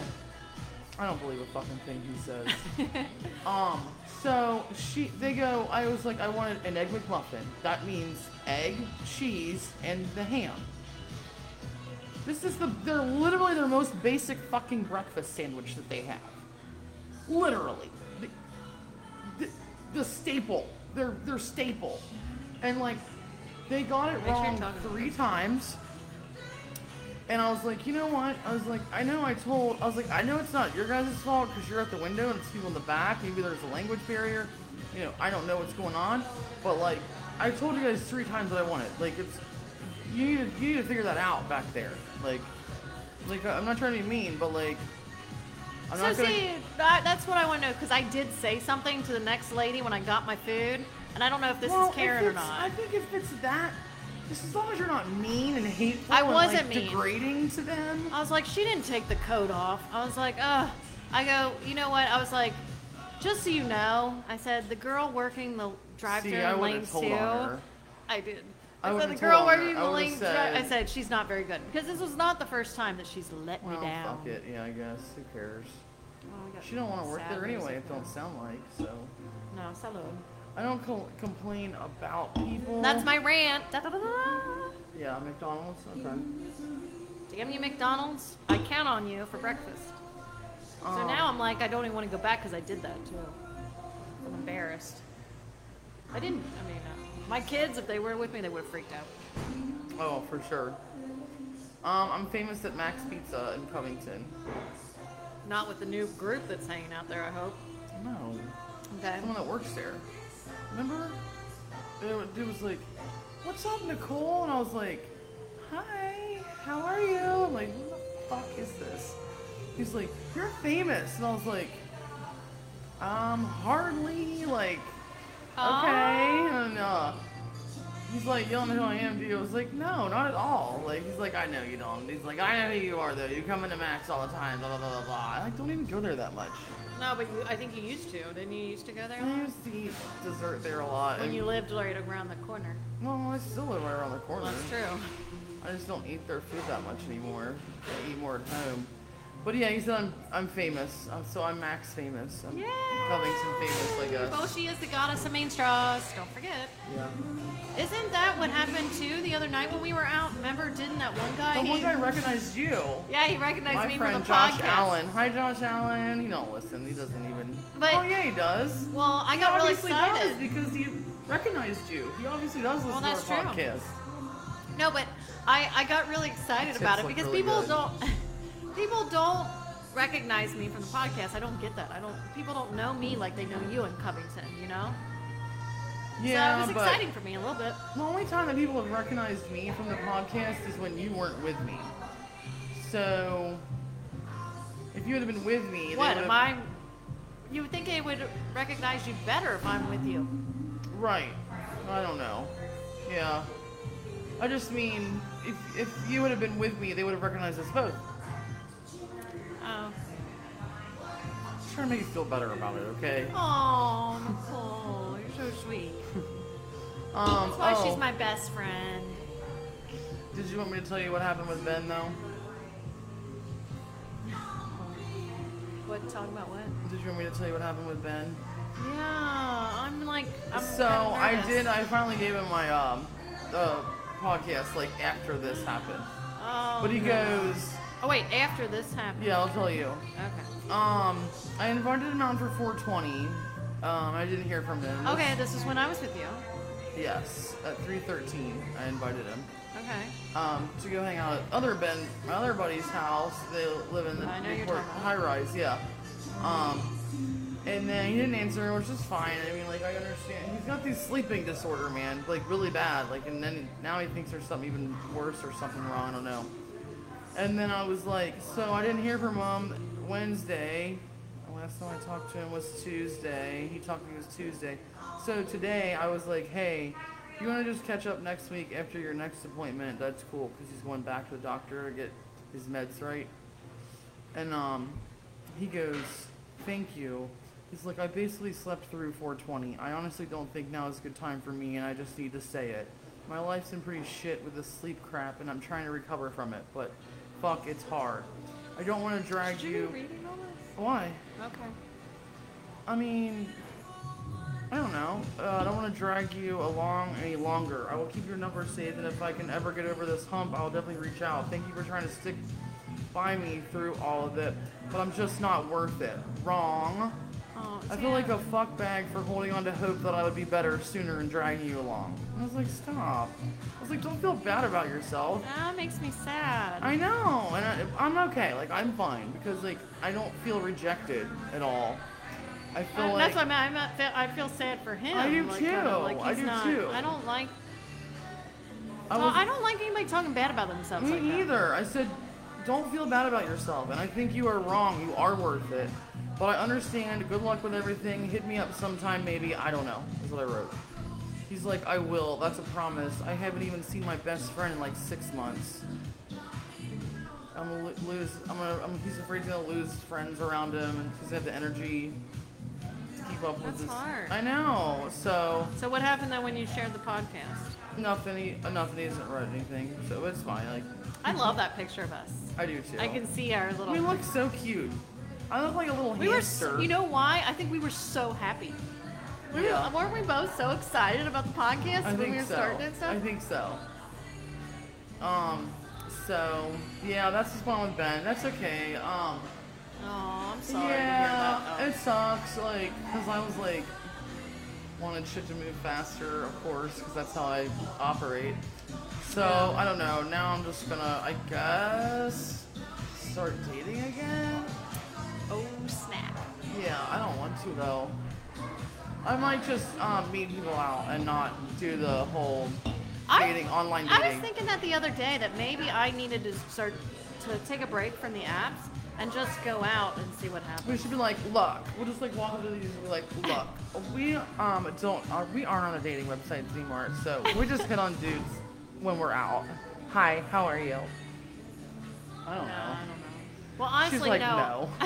Speaker 2: I don't believe a fucking thing he says. um, so she, they go. I was like, I wanted an egg McMuffin. That means egg, cheese, and the ham. This is the they're literally their most basic fucking breakfast sandwich that they have. Literally, the, the, the staple. Their their staple, and like they got it
Speaker 1: you're
Speaker 2: wrong
Speaker 1: talking to
Speaker 2: three times. And I was like, you know what? I was like, I know I told, I was like, I know it's not your guys' fault because you're at the window and it's people in the back. Maybe there's a language barrier. You know, I don't know what's going on. But like, I told you guys three times that I want it. Like, it's, you need to, you need to figure that out back there. Like, like I'm not trying to be mean, but like, I'm
Speaker 1: so
Speaker 2: not gonna.
Speaker 1: see, that, that's what I want to know because I did say something to the next lady when I got my food, and I don't know if this
Speaker 2: Well,
Speaker 1: is Karen
Speaker 2: if
Speaker 1: or
Speaker 2: it's-
Speaker 1: not.
Speaker 2: I think if it's that, just as long as you're not mean and hateful,
Speaker 1: I
Speaker 2: and,
Speaker 1: wasn't
Speaker 2: like,
Speaker 1: mean.
Speaker 2: degrading to them.
Speaker 1: I was like, she didn't take the coat off. I was like, ugh. I go, you know what? I was like, just so you know, I said the girl working the drive-through
Speaker 2: See, I
Speaker 1: in
Speaker 2: wouldn't
Speaker 1: lane two.
Speaker 2: have told on her.
Speaker 1: I did.
Speaker 2: I
Speaker 1: I, said the
Speaker 2: wouldn't have
Speaker 1: girl
Speaker 2: told on her.
Speaker 1: working
Speaker 2: I
Speaker 1: the
Speaker 2: would've
Speaker 1: lane. dri-
Speaker 2: said-
Speaker 1: I said she's not very good because this was not the first time that she's let
Speaker 2: Well,
Speaker 1: me down.
Speaker 2: fuck it. Yeah, I guess. Who cares?
Speaker 1: Oh, we got
Speaker 2: She don't want to work
Speaker 1: sad
Speaker 2: there anyway.
Speaker 1: music
Speaker 2: It don't
Speaker 1: now.
Speaker 2: sound like so.
Speaker 1: No, salud.
Speaker 2: I don't co- complain about people.
Speaker 1: That's my rant. Da, da, da, da.
Speaker 2: Yeah, McDonald's. Okay.
Speaker 1: Damn you, McDonald's. I count on you for breakfast. so
Speaker 2: Um,
Speaker 1: now I'm like, I don't even want to go back because I did that too. I'm embarrassed. I didn't, I mean, uh, my kids, if they were with me, they would have freaked out.
Speaker 2: Oh, for sure. Um, I'm famous at Max Pizza in Covington.
Speaker 1: Not with the new group that's hanging out there, I hope.
Speaker 2: No,
Speaker 1: Okay.
Speaker 2: someone that works there. Remember? It wa- it was like, "What's up, Nicole?" And I was like, "Hi, how are you?" I'm like, "Who the fuck is this?" He's like, "You're famous," and I was like, "Um, hardly like."
Speaker 1: Oh.
Speaker 2: okay. And uh, he's like, you don't know who I am, do you? I was like, no, not at all. Like, he's like, I know you don't. He's like, I know who you are, though. You come into Max all the time, blah, blah, blah, blah, blah. I like, don't even go there that much.
Speaker 1: No, but you, I think you used to. Didn't you used to go there?
Speaker 2: I used to eat dessert there a lot.
Speaker 1: When
Speaker 2: and,
Speaker 1: you lived right around the corner.
Speaker 2: well, I still live right around the corner.
Speaker 1: Well, that's true.
Speaker 2: I just don't eat their food that much anymore. I eat more at home. But yeah, he said I'm, I'm famous. Uh, so I'm Max famous. I'm
Speaker 1: Yay!
Speaker 2: Covington famous, I guess.
Speaker 1: Oh, she is the goddess of main straws. Don't forget.
Speaker 2: yeah.
Speaker 1: Isn't that what happened too the other night when we were out? Remember, didn't that one guy?
Speaker 2: The one
Speaker 1: he-
Speaker 2: guy recognized you.
Speaker 1: yeah, he recognized
Speaker 2: My
Speaker 1: me
Speaker 2: friend
Speaker 1: from the
Speaker 2: Josh
Speaker 1: podcast.
Speaker 2: Allen. Hi, Josh Allen. He don't listen. He doesn't even.
Speaker 1: But-
Speaker 2: oh yeah, he does.
Speaker 1: Well, I got
Speaker 2: he
Speaker 1: really
Speaker 2: obviously
Speaker 1: excited.
Speaker 2: does because he recognized you. He obviously does listen
Speaker 1: Well, that's
Speaker 2: to our
Speaker 1: true.
Speaker 2: podcast.
Speaker 1: No, but I, I got really excited
Speaker 2: That
Speaker 1: about
Speaker 2: tip's
Speaker 1: it
Speaker 2: look
Speaker 1: because
Speaker 2: really
Speaker 1: people
Speaker 2: good.
Speaker 1: don't people don't recognize me from the podcast. I don't get that. I don't people don't know me like they know you in Covington, you know?
Speaker 2: Yeah,
Speaker 1: so it was
Speaker 2: but
Speaker 1: exciting for me a little bit.
Speaker 2: the only time that people have recognized me from the podcast is when you weren't with me. So, if you would have been with me, they
Speaker 1: What
Speaker 2: would
Speaker 1: am
Speaker 2: have-
Speaker 1: I you would think they would recognize you better if I'm with you.
Speaker 2: Right. I don't know. Yeah. I just mean, if if you would have been with me, they would have recognized us both.
Speaker 1: Oh.
Speaker 2: Trying to make you feel better about it, okay?
Speaker 1: Oh, Nicole, you're so sweet.
Speaker 2: Um,
Speaker 1: That's why
Speaker 2: oh,
Speaker 1: she's my best friend.
Speaker 2: Did you want me to tell you what happened with Ben though?
Speaker 1: What talking about what?
Speaker 2: Did you want me to tell you what happened with Ben?
Speaker 1: Yeah, I'm like I'm
Speaker 2: so I
Speaker 1: kinda nervous.
Speaker 2: did. uh, I finally gave him my um, uh, podcast like after this happened.
Speaker 1: Oh,
Speaker 2: But he
Speaker 1: no.
Speaker 2: goes,
Speaker 1: Oh wait, after this happened.
Speaker 2: yeah, I'll tell you.
Speaker 1: Okay.
Speaker 2: Um, I invited him out for 420. Um, I didn't hear from him.
Speaker 1: Okay, this is when I was with you.
Speaker 2: Yes, at 3:13, I invited him.
Speaker 1: Okay.
Speaker 2: um, to go hang out at other Ben, my other buddy's house. They live in the
Speaker 1: I know you're
Speaker 2: Newport
Speaker 1: talking about.
Speaker 2: high rise, yeah. Um, and then he didn't answer, which is fine. I mean, like I understand. He's got these sleeping disorder, man, like really bad. Like, and then now he thinks there's something even worse or something wrong. I don't know. And then I was like, so I didn't hear from him Wednesday. last time I talked to him was Tuesday. He talked to me was Tuesday. So today I was like, hey, you want to just catch up next week after your next appointment? That's cool because he's going back to the doctor to get his meds right. And um, he goes, thank you. He's like, I basically slept through 420. I honestly don't think now is a good time for me, and I just need to say it. My life's been pretty shit with this sleep crap, and I'm trying to recover from it, but fuck, it's hard. I don't want to drag
Speaker 1: Did you,
Speaker 2: you.
Speaker 1: be reading all this?
Speaker 2: Why?
Speaker 1: Okay.
Speaker 2: I mean, I don't know. Uh, I don't want to drag you along any longer. I will keep your number saved, and if I can ever get over this hump, I'll definitely reach out. Thank you for trying to stick by me through all of it, but I'm just not worth it. Wrong.
Speaker 1: Oh,
Speaker 2: I
Speaker 1: Sam.
Speaker 2: feel like a fuckbag for holding on to hope that I would be better sooner and dragging you along. And I was like, stop. I was like, don't feel bad about yourself.
Speaker 1: that makes me sad.
Speaker 2: I know, and I, I'm okay. Like I'm fine because like I don't feel rejected at all. I feel
Speaker 1: Uh,
Speaker 2: like
Speaker 1: that's what I meant. I, meant fe- I feel sad for him.
Speaker 2: I do
Speaker 1: like,
Speaker 2: too.
Speaker 1: kinda, like,
Speaker 2: I
Speaker 1: he's
Speaker 2: do
Speaker 1: not,
Speaker 2: too.
Speaker 1: I don't like.
Speaker 2: I
Speaker 1: well,
Speaker 2: was
Speaker 1: I don't like anybody talking bad about themselves.
Speaker 2: Me
Speaker 1: like that.
Speaker 2: either. I said, don't feel bad about yourself. And I think you are wrong. You are worth it. But I understand. Good luck with everything. Hit me up sometime, maybe. I don't know. Is what I wrote. He's like, I will. That's a promise. I haven't even seen my best friend in like six months. I'm gonna lo- lose. I'm gonna. I'm, he's afraid he's gonna lose friends around him, and he's gonna have the energy to keep up with
Speaker 1: That's
Speaker 2: this.
Speaker 1: hard.
Speaker 2: I know. So
Speaker 1: So what happened then when you shared the podcast?
Speaker 2: nothing. He, nothing. He hasn't read anything, so it's fine. Like
Speaker 1: I love that picture of us.
Speaker 2: I do too.
Speaker 1: I can see our little.
Speaker 2: We look so cute. I look like a little
Speaker 1: We were, s-
Speaker 2: hamster.
Speaker 1: you know why? I think we were so happy. We were-
Speaker 2: Yeah.
Speaker 1: weren't we both so excited about the podcast
Speaker 2: I
Speaker 1: when
Speaker 2: think
Speaker 1: we were
Speaker 2: so.
Speaker 1: starting and stuff?
Speaker 2: I think so. Um, so yeah, that's the problem with Ben. That's okay. Um,
Speaker 1: oh, I'm sorry.
Speaker 2: yeah,
Speaker 1: to hear that.
Speaker 2: Uh, it sucks. Like, cause I was like, wanted shit to move faster, of course, cause that's how I operate. So I don't know. Now I'm just gonna, I guess, start dating again.
Speaker 1: Oh, oh snap!
Speaker 2: Yeah, I don't want to though. I might just um, meet people out and not do the whole
Speaker 1: I-
Speaker 2: dating, online dating.
Speaker 1: I was thinking that the other day that maybe I needed to start to take a break from the apps and just go out and see what happens.
Speaker 2: we should be like, look, we'll just like walk up to these and be like, look, we um don't are we aren't on a dating website anymore, so we just hit on dudes when we're out. Hi, how are you? I don't
Speaker 1: No,
Speaker 2: know.
Speaker 1: I don't know. Well, honestly,
Speaker 2: like,
Speaker 1: no.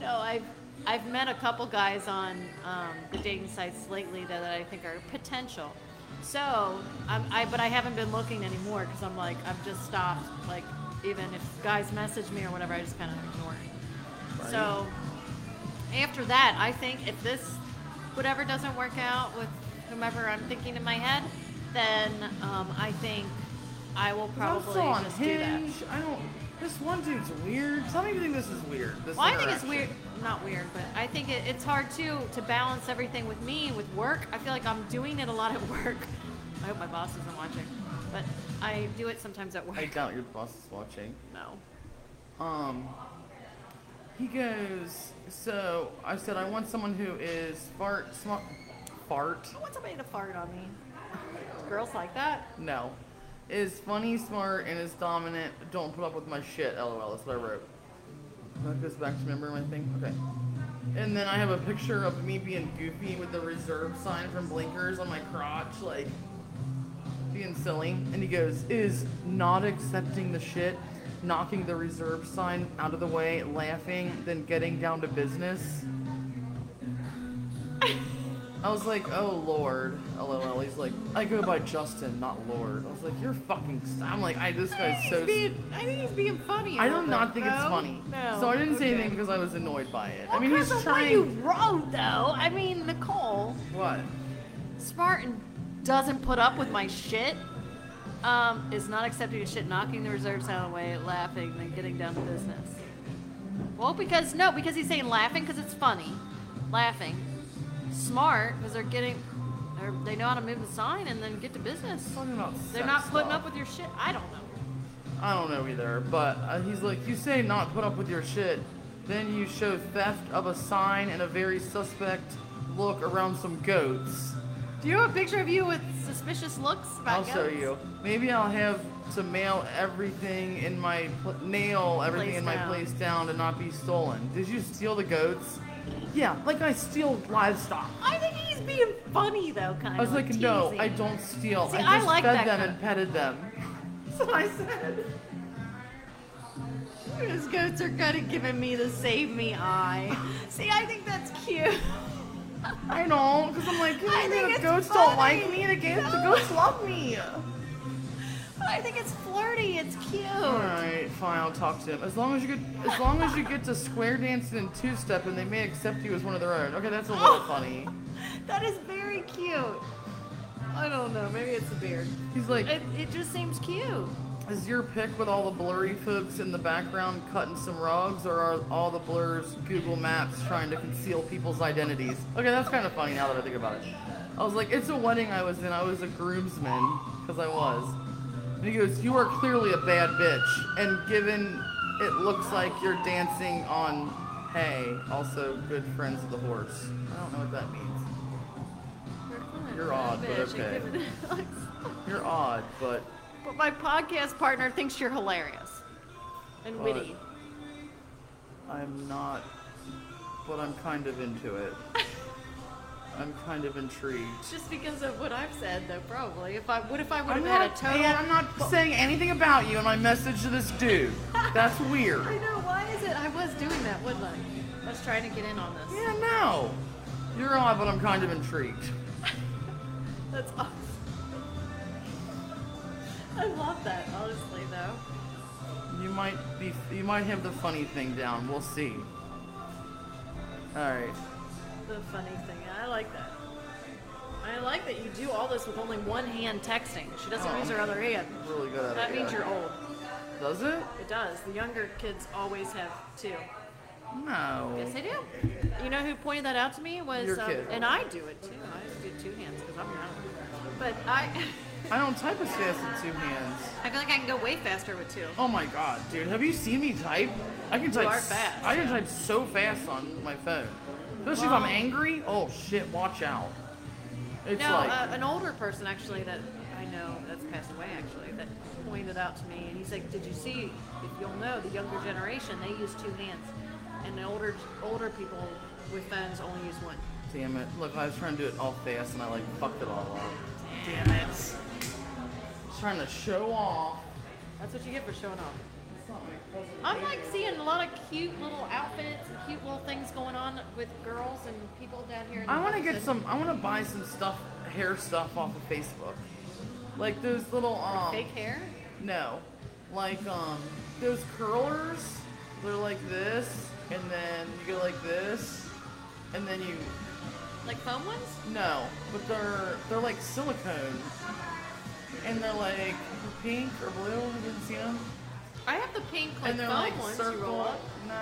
Speaker 1: No, I've I've met a couple guys on um, the dating sites lately that, I think are potential. So, I'm, I but I haven't been looking anymore because I'm like I've just stopped. Like even if guys message me or whatever, I just kind of ignore it.
Speaker 2: Right.
Speaker 1: So after that, I think if this whatever doesn't work out with whomever I'm thinking in my head, then um, I think I will
Speaker 2: I'm
Speaker 1: probably
Speaker 2: still on
Speaker 1: just do that.
Speaker 2: Hinge. I don't. This one dude's weird. Some people think this is weird. This
Speaker 1: Well, I think it's
Speaker 2: interaction.
Speaker 1: weird, not weird, but I think it, it's hard too to balance everything with me with work. I feel like I'm doing it a lot at work. I hope my boss isn't watching, but I do it sometimes at work.
Speaker 2: I doubt your boss is watching.
Speaker 1: no.
Speaker 2: um he goes so i said i want someone who is fart smart fart
Speaker 1: I want somebody to fart on me. Girls like that.
Speaker 2: no is funny smart and is dominant don't put up with my shit lol that's what i wrote that goes back to remember my thing okay and then i have a picture of me being goofy with the reserve sign from blinkers on my crotch like being silly and he goes is not accepting the shit knocking the reserve sign out of the way laughing then getting down to business i was like oh lord lol he's like i go by justin not lord i was like you're fucking s-" i'm like i this
Speaker 1: I
Speaker 2: guy's
Speaker 1: think,
Speaker 2: so
Speaker 1: he's being, I think he's being funny. a
Speaker 2: I
Speaker 1: little
Speaker 2: do
Speaker 1: bit.
Speaker 2: not think it's
Speaker 1: No?
Speaker 2: funny.
Speaker 1: No.
Speaker 2: So I didn't say
Speaker 1: Okay.
Speaker 2: anything because I was annoyed by it.
Speaker 1: Well,
Speaker 2: I mean, he's
Speaker 1: 'cause of
Speaker 2: trying.
Speaker 1: what you wrote, though. I mean, Nicole.
Speaker 2: What?
Speaker 1: Spartan doesn't put up with my shit. Um, is not accepting of shit, knocking the reserves out of the way, laughing, then getting down to business. Well, because no, because he's saying laughing because it's funny, laughing. Smart because they're getting, they're, they know how to move the sign and then get to business.
Speaker 2: Talking about
Speaker 1: They're
Speaker 2: sex
Speaker 1: not putting
Speaker 2: stuff.
Speaker 1: up with your shit. I don't know.
Speaker 2: I don't know either, but uh, he's like, you say not put up with your shit, then you show theft of a sign and a very suspect look around some goats.
Speaker 1: Do you have a picture of you with suspicious looks? About
Speaker 2: I'll show
Speaker 1: guns?
Speaker 2: you. Maybe I'll have to mail everything in my pl- nail everything
Speaker 1: Place
Speaker 2: in my
Speaker 1: down.
Speaker 2: place down to not be stolen. Did you steal the goats? Yeah, like I steal livestock.
Speaker 1: I think he's being funny though, kind of.
Speaker 2: I was like, no, I don't steal.
Speaker 1: See,
Speaker 2: I
Speaker 1: I
Speaker 2: just
Speaker 1: like that
Speaker 2: fed them
Speaker 1: kind
Speaker 2: and petted them.
Speaker 1: That's what I said. His goats are kind of giving me the save me eye. See, I think that's cute.
Speaker 2: I know, because I'm like,
Speaker 1: I
Speaker 2: hey,
Speaker 1: think
Speaker 2: the
Speaker 1: it's
Speaker 2: goats
Speaker 1: funny.
Speaker 2: don't like me. The goats, the
Speaker 1: No.
Speaker 2: goats love me.
Speaker 1: I think it's flirty. It's cute.
Speaker 2: All right, fine. I'll talk to him. As long as you get, as long as you get to square dancing and two step, and they may accept you as one of their own. Okay, that's a little
Speaker 1: Oh.
Speaker 2: funny.
Speaker 1: That is very cute. I don't know. Maybe it's a beard.
Speaker 2: He's like,
Speaker 1: It, it just seems cute.
Speaker 2: Is your pic with all the blurry folks in the background cutting some rugs, or are all the blurs Google Maps trying to conceal people's identities? Okay, that's kind of funny now that I think about it. I was like, it's a wedding I was in. I was a groomsman, because I was. And he goes, You are clearly a bad bitch. And given it looks like you're dancing on hay, also good friends of the horse. I don't know what that means. You're odd, but
Speaker 1: Bitch,
Speaker 2: okay.
Speaker 1: give it a-
Speaker 2: You're odd, but
Speaker 1: but my podcast partner thinks you're hilarious and
Speaker 2: Well,
Speaker 1: witty.
Speaker 2: I'm not, but I'm kind of into it. I'm kind of intrigued.
Speaker 1: Just because of what I've said, though, probably. If I what if I would have
Speaker 2: I'm
Speaker 1: had a
Speaker 2: not,
Speaker 1: total?
Speaker 2: and I'm not saying anything about you in my message to this dude. That's weird.
Speaker 1: I know. Why is it? I was doing that, wouldn't I? I was trying to get in on this.
Speaker 2: Yeah, no. You're odd, but I'm kind of intrigued.
Speaker 1: That's awesome. I love that. Honestly, though.
Speaker 2: You might be, you might have the funny thing down. We'll see. All right.
Speaker 1: The funny thing. I like that. I like that you do all this with only one hand texting. She doesn't
Speaker 2: Oh.
Speaker 1: use her other hand.
Speaker 2: I'm really good at
Speaker 1: That
Speaker 2: it.
Speaker 1: means
Speaker 2: yeah.
Speaker 1: you're old.
Speaker 2: Does it?
Speaker 1: It does. The younger kids always have two.
Speaker 2: No.
Speaker 1: Yes, they do. You know who pointed that out to me was,
Speaker 2: Your
Speaker 1: um,
Speaker 2: kid.
Speaker 1: and I do it too. I do two hands because I'm young. But I,
Speaker 2: I don't type as fast with two hands.
Speaker 1: I feel like I can go way faster with two.
Speaker 2: Oh my god, dude! Have you seen me type? I can type.
Speaker 1: are
Speaker 2: s-
Speaker 1: fast,
Speaker 2: I can type so fast on my phone. Especially if I'm angry. Oh shit! Watch out. It's
Speaker 1: No,
Speaker 2: like
Speaker 1: uh, an older person actually that I know that's passed away actually that pointed out to me, and he's like, "Did you see? If you'll know, the younger generation they use two hands, and the older older people with phones only use one."
Speaker 2: damn it. Look, I was trying to do it all fast and I like fucked it all up.
Speaker 1: Damn it!
Speaker 2: Trying to show off.
Speaker 1: That's what you get for showing off.
Speaker 2: It's not my cousin.
Speaker 1: I'm like seeing a lot of cute little outfits and cute little things going on with girls and people down here. In
Speaker 2: I want to
Speaker 1: to
Speaker 2: get some. I want to buy some stuff, hair stuff off of Facebook. Like those little um.
Speaker 1: fake hair.
Speaker 2: No. Like um those curlers, they're like this, and then you go like this, and then you
Speaker 1: Like foam ones?
Speaker 2: no, but they're they're like silicone. And they're like pink or blue, I didn't see them.
Speaker 1: I have the pink like
Speaker 2: and they're
Speaker 1: foam
Speaker 2: like
Speaker 1: ones you roll
Speaker 2: circle.
Speaker 1: up.
Speaker 2: No.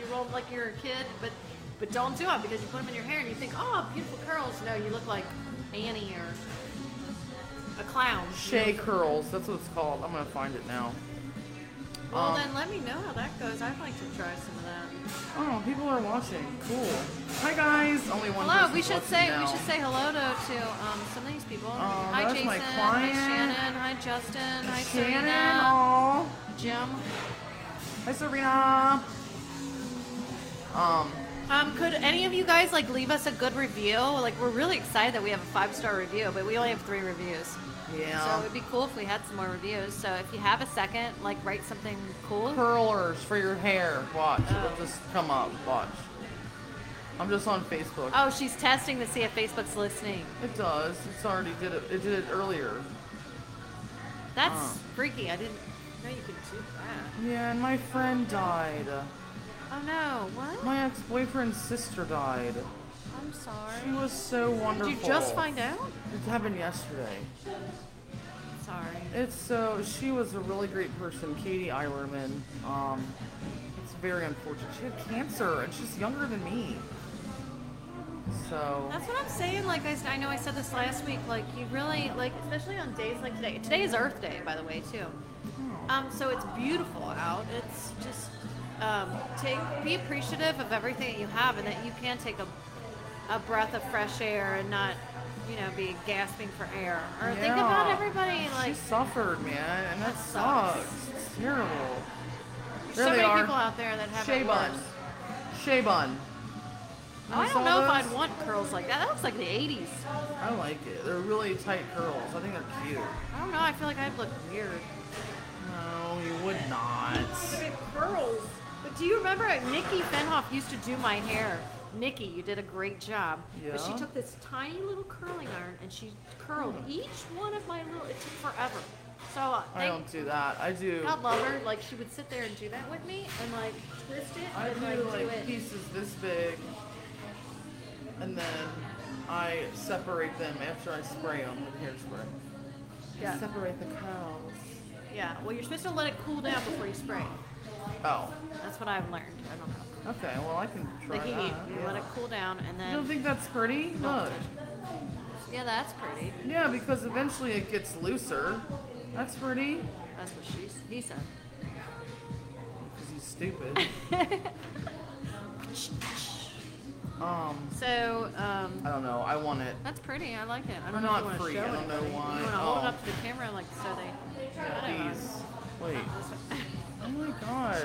Speaker 1: You roll them like you're a kid, but but don't do it because you put them in your hair and you think, oh, beautiful curls. No, you look like Annie or a clown.
Speaker 2: Shea curls, that's what it's called. I'm gonna find it now.
Speaker 1: Well,
Speaker 2: Um,
Speaker 1: then let me know how that goes. I'd like to try some of that.
Speaker 2: Oh, people are watching. Cool. Hi guys. Only one.
Speaker 1: Hello.
Speaker 2: person's
Speaker 1: We should
Speaker 2: watching
Speaker 1: say
Speaker 2: now.
Speaker 1: we should say hello to, to um, some of these people. hi
Speaker 2: that's
Speaker 1: Jason.
Speaker 2: my
Speaker 1: hi
Speaker 2: client.
Speaker 1: Shannon. Hi Justin. Hi
Speaker 2: Shannon.
Speaker 1: Serena.
Speaker 2: aw.
Speaker 1: Jim.
Speaker 2: Hi Serena. Um,
Speaker 1: Um, could any of you guys like leave us a good review? Like we're really excited that we have a five star review, but we only have three reviews. So
Speaker 2: yeah.
Speaker 1: it'd be cool if we had some more reviews. So if you have a second, like write something cool.
Speaker 2: Curlers for your hair. Watch.
Speaker 1: Oh.
Speaker 2: It'll just come up. Watch. I'm just on Facebook.
Speaker 1: Oh, she's testing to see if Facebook's listening.
Speaker 2: It does. It's already did it. It did it earlier.
Speaker 1: That's
Speaker 2: Oh.
Speaker 1: freaky. I didn't know you could do that.
Speaker 2: Yeah, and my friend died.
Speaker 1: Oh no! What?
Speaker 2: My ex-boyfriend's sister died.
Speaker 1: I'm sorry.
Speaker 2: She was so
Speaker 1: Did
Speaker 2: wonderful.
Speaker 1: you just find out?
Speaker 2: It happened yesterday.
Speaker 1: Sorry.
Speaker 2: It's so she was a really great person, Katie Eilerman. Um, it's very unfortunate. She had cancer, and she's younger than me. So
Speaker 1: That's what I'm saying. Like I, s- I know I said this last week. Like you really like, especially on days like today. Today is Earth Day, by the way, too.
Speaker 2: Oh.
Speaker 1: Um, so it's beautiful out. It's just um, take be appreciative of everything that you have and that you can take a a breath of fresh air and not, you know, be gasping for air. Or think
Speaker 2: Yeah.
Speaker 1: about everybody like
Speaker 2: she suffered, man, and that
Speaker 1: That
Speaker 2: sucks.
Speaker 1: sucks.
Speaker 2: It's terrible.
Speaker 1: there's
Speaker 2: There
Speaker 1: so
Speaker 2: they
Speaker 1: many
Speaker 2: are.
Speaker 1: people out there that have
Speaker 2: Shea
Speaker 1: it
Speaker 2: bun.
Speaker 1: worse.
Speaker 2: Shea bun.
Speaker 1: Oh, I
Speaker 2: You
Speaker 1: don't
Speaker 2: saw
Speaker 1: know if
Speaker 2: those?
Speaker 1: I'd want curls like that. That looks like the 80s.
Speaker 2: I like it. They're really tight curls. I think they're cute.
Speaker 1: I don't know. I feel like I'd look weird.
Speaker 2: No, you would not.
Speaker 1: curls. But do you remember uh, Nikki Fenhoff used to do my hair? Nikki, you did a great job. But she
Speaker 2: Yeah. Hmm.
Speaker 1: took this tiny little curling iron and she curled each one of my little. It took forever. So uh,
Speaker 2: I
Speaker 1: thank
Speaker 2: don't do that. I do.
Speaker 1: God love her. Like she would sit there and do that with me and like twist it
Speaker 2: I
Speaker 1: and
Speaker 2: do
Speaker 1: like do
Speaker 2: like
Speaker 1: it.
Speaker 2: pieces this big, and then I separate them after I spray them with hairspray.
Speaker 1: Yeah.
Speaker 2: Separate the curls.
Speaker 1: Yeah. Well, you're supposed to let it cool down before you spray.
Speaker 2: Oh,
Speaker 1: That's what I've learned. I don't know.
Speaker 2: okay. Well, I can try
Speaker 1: The heat.
Speaker 2: that.
Speaker 1: You
Speaker 2: yeah.
Speaker 1: let it cool down and
Speaker 2: You don't
Speaker 1: then.
Speaker 2: think that's pretty? Look.
Speaker 1: Yeah, that's pretty.
Speaker 2: Yeah, because eventually it gets looser. That's pretty.
Speaker 1: That's what she. He said.
Speaker 2: Because he's stupid. um,
Speaker 1: So. um...
Speaker 2: I don't know. I want it.
Speaker 1: That's pretty. I like it. I
Speaker 2: We're
Speaker 1: don't know
Speaker 2: not
Speaker 1: if you want
Speaker 2: free.
Speaker 1: to show
Speaker 2: I don't
Speaker 1: it.
Speaker 2: know why.
Speaker 1: You want to hold it
Speaker 2: Oh.
Speaker 1: up to the camera like so they. I don't know.
Speaker 2: These. Wait.
Speaker 1: This way.
Speaker 2: Oh my god.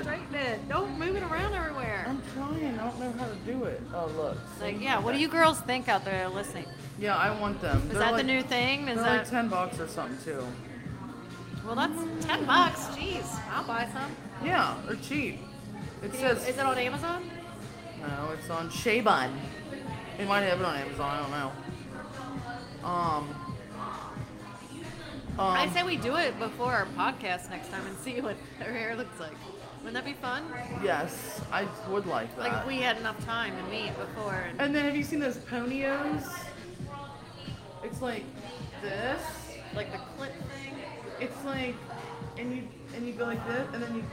Speaker 1: Straighten it. Don't move it around everywhere.
Speaker 2: I'm trying. I don't know how to do it. Oh look.
Speaker 1: Like yeah, what do you girls think out there listening?
Speaker 2: Yeah, I want them.
Speaker 1: Is
Speaker 2: They're
Speaker 1: that the
Speaker 2: like-
Speaker 1: new thing? Is
Speaker 2: They're
Speaker 1: that
Speaker 2: like ten bucks or something too.
Speaker 1: well? That's ten bucks. Jeez, I'll buy some.
Speaker 2: Yeah, they're cheap.
Speaker 1: Can
Speaker 2: It
Speaker 1: you-
Speaker 2: says
Speaker 1: is it on Amazon?
Speaker 2: no. It's on Shea Bun. They might have it on Amazon. I don't know. Um. Um.
Speaker 1: I say we do it before our podcast next time and see what their hair looks like. Wouldn't that be fun?
Speaker 2: yes, I would like that.
Speaker 1: Like if we had enough time to meet before. And,
Speaker 2: And then have you seen those ponios? It's like this.
Speaker 1: like the clip thing.
Speaker 2: It's like, and you and you go like this, and then you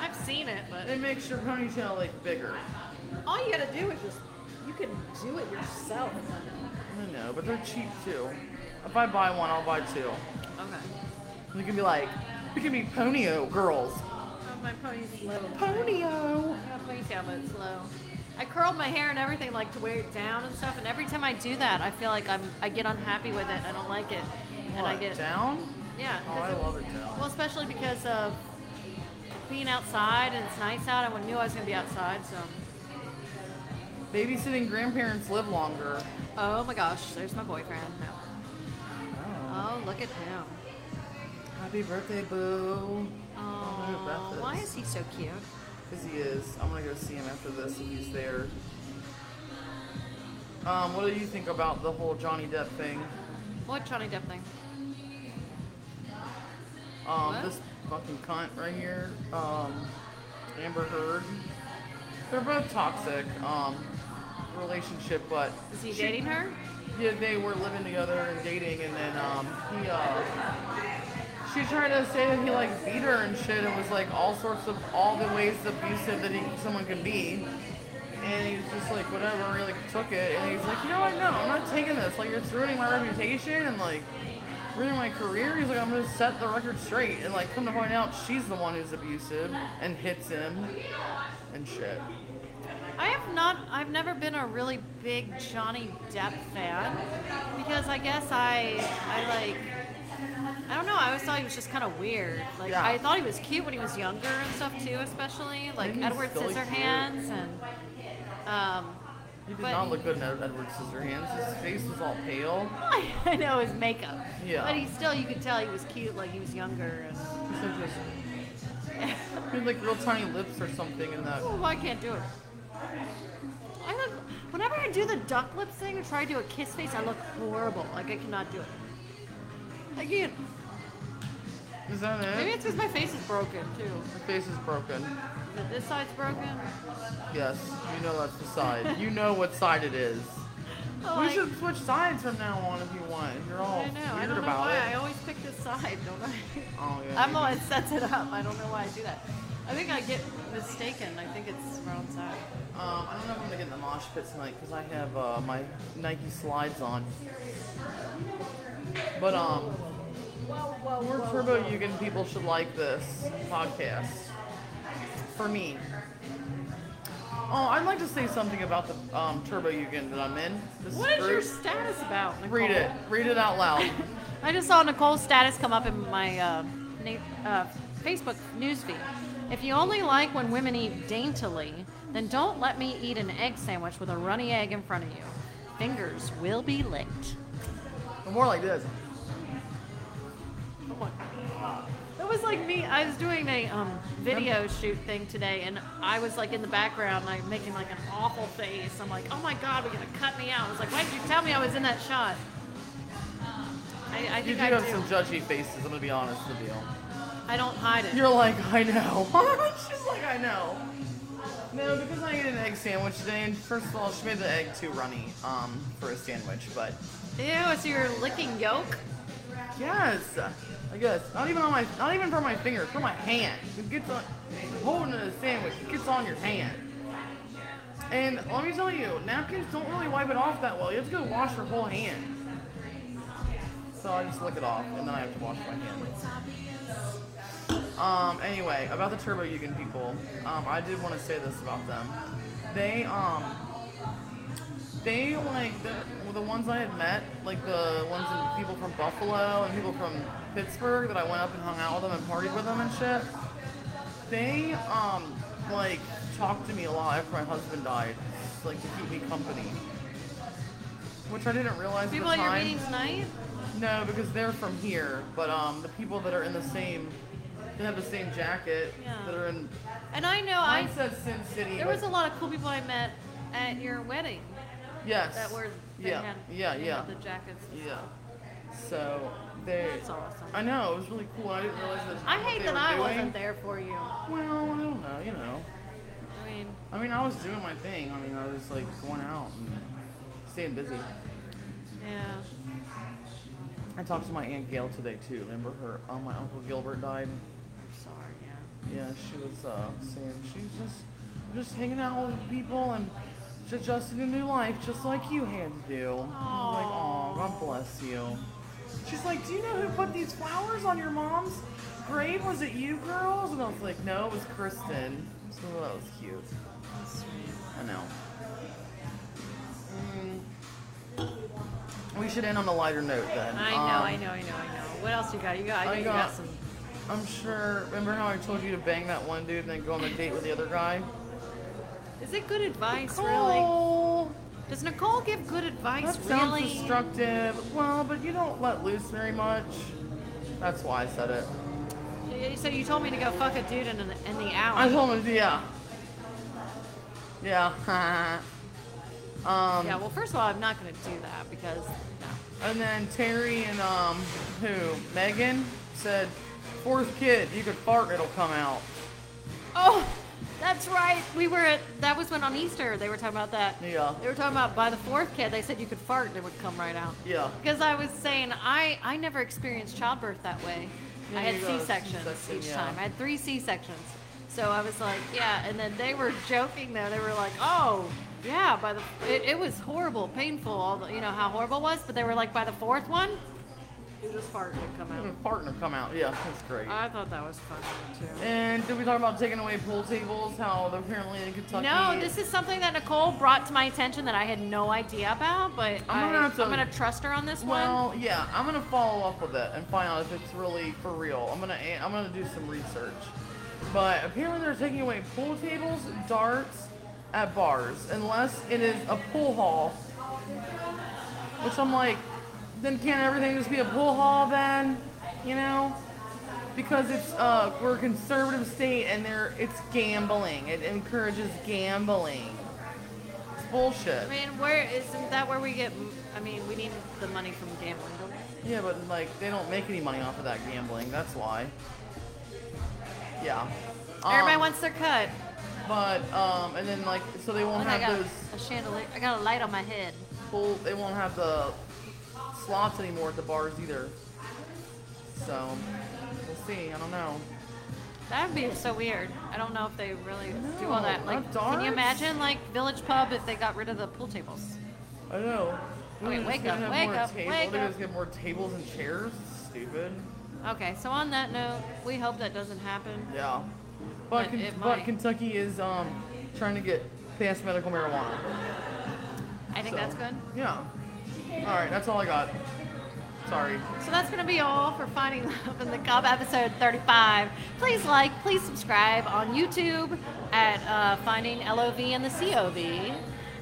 Speaker 1: I've seen it, but
Speaker 2: it makes your ponytail like bigger.
Speaker 1: All you gotta do is just you can do it yourself.
Speaker 2: I know, but they're cheap too. If I buy one, I'll buy two.
Speaker 1: Okay.
Speaker 2: We can be like, we can be ponyo girls.
Speaker 1: Oh, my pony's slow.
Speaker 2: Ponyo.
Speaker 1: I got a ponytail, but it's low. I curled my hair and everything, like to wear it down and stuff. And every time I do that, I feel like I'm I get unhappy with it. I don't like it, and I
Speaker 2: What,
Speaker 1: get
Speaker 2: down.
Speaker 1: yeah.
Speaker 2: Oh,
Speaker 1: 'cause
Speaker 2: I
Speaker 1: it-
Speaker 2: love it down.
Speaker 1: Well, especially because of being outside and it's nice out. I knew I was gonna be outside, so.
Speaker 2: Babysitting grandparents live longer.
Speaker 1: Oh my gosh, there's my boyfriend. No.
Speaker 2: Oh.
Speaker 1: Oh, look at him.
Speaker 2: Happy birthday, boo.
Speaker 1: Oh,
Speaker 2: Beth
Speaker 1: why
Speaker 2: is.
Speaker 1: is he so cute?
Speaker 2: Cause he is. I'm gonna go see him after this if he's there. Um, what do you think about the whole Johnny Depp thing?
Speaker 1: What Johnny Depp thing?
Speaker 2: Um,
Speaker 1: What?
Speaker 2: this fucking cunt right here, um, Amber Heard. They're both toxic, um, relationship, but
Speaker 1: Is he
Speaker 2: she-
Speaker 1: dating her?
Speaker 2: Yeah, they were living together and dating, and then um, he uh, she tried to say that he like beat her and shit, and was like all sorts of all the ways abusive that he, someone can be. And he was just like, whatever, he like took it, and he's like, you know what? No, I'm not taking this. Like, it's ruining my reputation and like ruining my career. He's like, I'm gonna set the record straight, and like come to find out, she's the one who's abusive and hits him and shit.
Speaker 1: I have not. I've never been a really big Johnny Depp fan because I guess I, I like. I don't know. I always thought he was just kind of weird. Like
Speaker 2: Yeah.
Speaker 1: I thought he was cute when he was younger and stuff too, especially like
Speaker 2: Maybe he's
Speaker 1: Edward
Speaker 2: still cute.
Speaker 1: Scissorhands and. Um,
Speaker 2: He did
Speaker 1: But-
Speaker 2: not look good in Ed- Edward Scissorhands. His face was all pale.
Speaker 1: I know his makeup.
Speaker 2: Yeah.
Speaker 1: But he still, you could tell he was cute, like he was younger. And,
Speaker 2: It's like this. I mean, like real tiny lips or something in that.
Speaker 1: oh, I can't do it. I look. Whenever I do the duck lips thing or try to do a kiss face, I look horrible. Like I cannot do it. I can't.
Speaker 2: Is that it?
Speaker 1: Maybe it's because my face is broken too.
Speaker 2: My face is broken.
Speaker 1: But this side's broken.
Speaker 2: Yes, you know that's the side. You know what side it is.
Speaker 1: Oh,
Speaker 2: we
Speaker 1: I-
Speaker 2: should switch sides from now on if you want. You're all
Speaker 1: I know.
Speaker 2: weird
Speaker 1: I don't know
Speaker 2: about
Speaker 1: why. I
Speaker 2: it.
Speaker 1: always pick this side, don't I?
Speaker 2: Oh yeah.
Speaker 1: I'm the one that sets it up. I don't know why I do that. I think I get mistaken. I think it's wrong side.
Speaker 2: Um, I don't know if I'm gonna get in the mosh pit tonight because I have uh, my Nike slides on. But um, more Turbo Yugen people should like this podcast. For me, Oh, I'd like to say something about the um, Turbo Yugen that I'm in. This
Speaker 1: What is your
Speaker 2: group.
Speaker 1: status about? Nicole?
Speaker 2: Read it. Read it out loud.
Speaker 1: I just saw Nicole's status come up in my uh, na- uh, Facebook newsfeed. If you only like when women eat daintily, then don't let me eat an egg sandwich with a runny egg in front of you. Fingers will be licked.
Speaker 2: More like this.
Speaker 1: Oh my God. That was like me. I was doing a um, video shoot thing today, and I was like in the background, like making like an awful face. I'm like, oh my god, we're gonna cut me out. I was like, why did you tell me I was in that shot? I, I
Speaker 2: You
Speaker 1: think
Speaker 2: do
Speaker 1: I
Speaker 2: have
Speaker 1: do.
Speaker 2: some judgy faces. I'm gonna be honest with you.
Speaker 1: I don't hide it.
Speaker 2: You're like, I know. She's like, I know. No, because I ate an egg sandwich today, and first of all, she made the egg too runny um, for a sandwich, but
Speaker 1: Ew, so you're licking yolk?
Speaker 2: yes, I guess not even on my, not even for my fingers, for my hand. It gets on holding a sandwich. It gets on your hand. And let me tell you, napkins don't really wipe it off that well. You have to go wash your whole hand. So I just lick it off, and then I have to wash my hand. Um. Anyway, about the Turbo Yugen people, um, I did want to say this about them. They um. They like the well, the ones I had met, like the ones in, people from Buffalo and people from Pittsburgh that I went up and hung out with them and partied with them and shit. They um like talked to me a lot after my husband died, like to keep me company, which I didn't realize.
Speaker 1: People at
Speaker 2: at the
Speaker 1: your
Speaker 2: time.
Speaker 1: meeting tonight?
Speaker 2: No, because they're from here, but um, the people that are in the same, that have the same jacket,
Speaker 1: Yeah.
Speaker 2: that are in.
Speaker 1: And I know I
Speaker 2: Mine says Sin City.
Speaker 1: there
Speaker 2: but-
Speaker 1: was a lot of cool people I met at your wedding
Speaker 2: yes.
Speaker 1: that were they
Speaker 2: yeah,
Speaker 1: had
Speaker 2: yeah,
Speaker 1: they
Speaker 2: yeah,
Speaker 1: had the jackets.
Speaker 2: yeah. So they.
Speaker 1: That's awesome.
Speaker 2: I know it was really cool. I didn't realize that.
Speaker 1: I
Speaker 2: what
Speaker 1: hate
Speaker 2: they
Speaker 1: that
Speaker 2: were
Speaker 1: I
Speaker 2: doing.
Speaker 1: wasn't there for you.
Speaker 2: Well, I don't know. You know.
Speaker 1: I mean,
Speaker 2: I mean, I was doing my thing. I mean, I was like going out and staying busy.
Speaker 1: yeah.
Speaker 2: I talked to my aunt Gail today too. Remember her? Oh, my uncle Gilbert died.
Speaker 1: I'm sorry, yeah.
Speaker 2: Yeah, she was uh, saying she's just just hanging out with people and just adjusting to new life, just like you had to do. I'm like, oh, God bless you. She's like, do you know who put these flowers on your mom's grave? Was it you girls? And I was like, no, it was Kristen. So that was cute.
Speaker 1: That's sweet.
Speaker 2: I know. Mm. We should end on a lighter note then.
Speaker 1: I
Speaker 2: Um,
Speaker 1: know, I know, I know, I know. What else you got? You got I,
Speaker 2: I
Speaker 1: know you got
Speaker 2: got-
Speaker 1: some
Speaker 2: I'm sure. Remember how I told you to bang that one dude and then go on the date with the other guy?
Speaker 1: Is it good advice really?
Speaker 2: Cool.
Speaker 1: Does Nicole give good advice
Speaker 2: Oh, That sounds
Speaker 1: really?
Speaker 2: destructive. Well, but you don't let loose very much. That's why I said it.
Speaker 1: Yeah, So you told me to go fuck a dude in, an, in the
Speaker 2: I
Speaker 1: hour.
Speaker 2: told him, yeah. Yeah. um,
Speaker 1: Yeah, well first of all I'm not gonna do that because no.
Speaker 2: And then Terry and, um, who? Megan said, fourth kid, you could fart, it'll come out.
Speaker 1: Oh, that's right. We were at that was when on Easter they were talking about that.
Speaker 2: Yeah.
Speaker 1: They were talking about by the fourth kid they said you could fart and it would come right out.
Speaker 2: Yeah.
Speaker 1: Because I was saying I I never experienced childbirth that way.
Speaker 2: Yeah,
Speaker 1: I had
Speaker 2: you got a
Speaker 1: C sections
Speaker 2: C-section,
Speaker 1: each
Speaker 2: yeah.
Speaker 1: time. I had three C sections. So I was like, yeah. And then they were joking though. They were like, oh. Yeah, by the it, it was horrible, painful. All the, you know how horrible it was, but they were like, by the fourth one, you just fart and it come
Speaker 2: You
Speaker 1: out.
Speaker 2: could fart, it'll come out. Yeah, that's great.
Speaker 1: I thought that was funny too.
Speaker 2: and did we talk about taking away pool tables? How apparently in Kentucky.
Speaker 1: No, this is something that Nicole brought to my attention that I had no idea about, but
Speaker 2: I'm
Speaker 1: I'm
Speaker 2: gonna
Speaker 1: gonna, I,
Speaker 2: have to-
Speaker 1: am gonna trust her on this one.
Speaker 2: Well, yeah, I'm gonna follow up with it and find out if it's really for real. I'm gonna I'm gonna do some research. But apparently they're taking away pool tables, darts at bars, unless it is a pool hall. Which I'm like, then can't everything just be a pool hall then? You know? Because it's uh we're a conservative state and they're it's gambling. It encourages gambling. It's bullshit.
Speaker 1: I mean, where isn't that where we get? I mean, we need the money from gambling. Don't we?
Speaker 2: Yeah, but like they don't make any money off of that gambling. That's why. Yeah. Um,
Speaker 1: Everybody wants their cut.
Speaker 2: But um, and then like so they
Speaker 1: Oh,
Speaker 2: won't
Speaker 1: and I got
Speaker 2: have
Speaker 1: a chandelier. I got a light on my head.
Speaker 2: those full. They won't have the slots anymore at the bars either. So we'll see. I don't know.
Speaker 1: That would be so weird. I don't know if they really do all that.
Speaker 2: No,
Speaker 1: Like, can
Speaker 2: not darts.
Speaker 1: you imagine like Village Pub if they got rid of the pool tables?
Speaker 2: I don't know. They're
Speaker 1: Okay,
Speaker 2: just
Speaker 1: wake
Speaker 2: gonna
Speaker 1: up,
Speaker 2: have
Speaker 1: wake
Speaker 2: more
Speaker 1: up,
Speaker 2: table-
Speaker 1: wake
Speaker 2: They're
Speaker 1: up.
Speaker 2: just gonna have more tables and chairs. Stupid.
Speaker 1: Okay, so on that note, we hope that doesn't happen.
Speaker 2: Yeah. But
Speaker 1: But
Speaker 2: Ken-
Speaker 1: it
Speaker 2: but
Speaker 1: might.
Speaker 2: Kentucky is um trying to get past medical marijuana.
Speaker 1: I think
Speaker 2: So,
Speaker 1: that's good.
Speaker 2: Yeah. All right, that's all I got. Sorry.
Speaker 1: So that's going to be all for Finding Love in the Cup, episode 35. Please like, please subscribe on YouTube at uh, Finding LOV and the COV.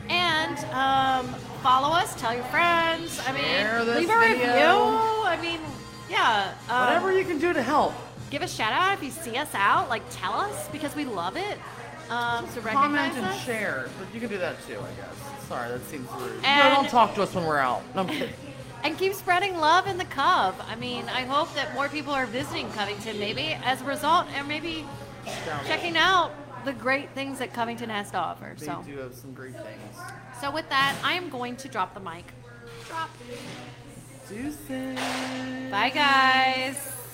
Speaker 1: And um, follow us, tell your friends. I mean,
Speaker 2: Share this
Speaker 1: leave a
Speaker 2: video.
Speaker 1: review. I mean, yeah. um,
Speaker 2: Whatever you can do to help.
Speaker 1: Give a shout out if you see us out. Like, tell us because we love it. Um, so recognize
Speaker 2: Comment and
Speaker 1: us.
Speaker 2: share. But you can do that too, I guess. Sorry, that seems rude.
Speaker 1: And-
Speaker 2: no, don't talk to us when we're out. No, I'm kidding.
Speaker 1: And keep spreading love in the Cub. I mean, I hope that more people are visiting Covington, maybe as a result, and maybe
Speaker 2: Down.
Speaker 1: checking out the great things that Covington has to offer.
Speaker 2: They
Speaker 1: So,
Speaker 2: do have some great things.
Speaker 1: so with that, I am going to drop the mic. Drop.
Speaker 2: Deuces.
Speaker 1: Bye, guys.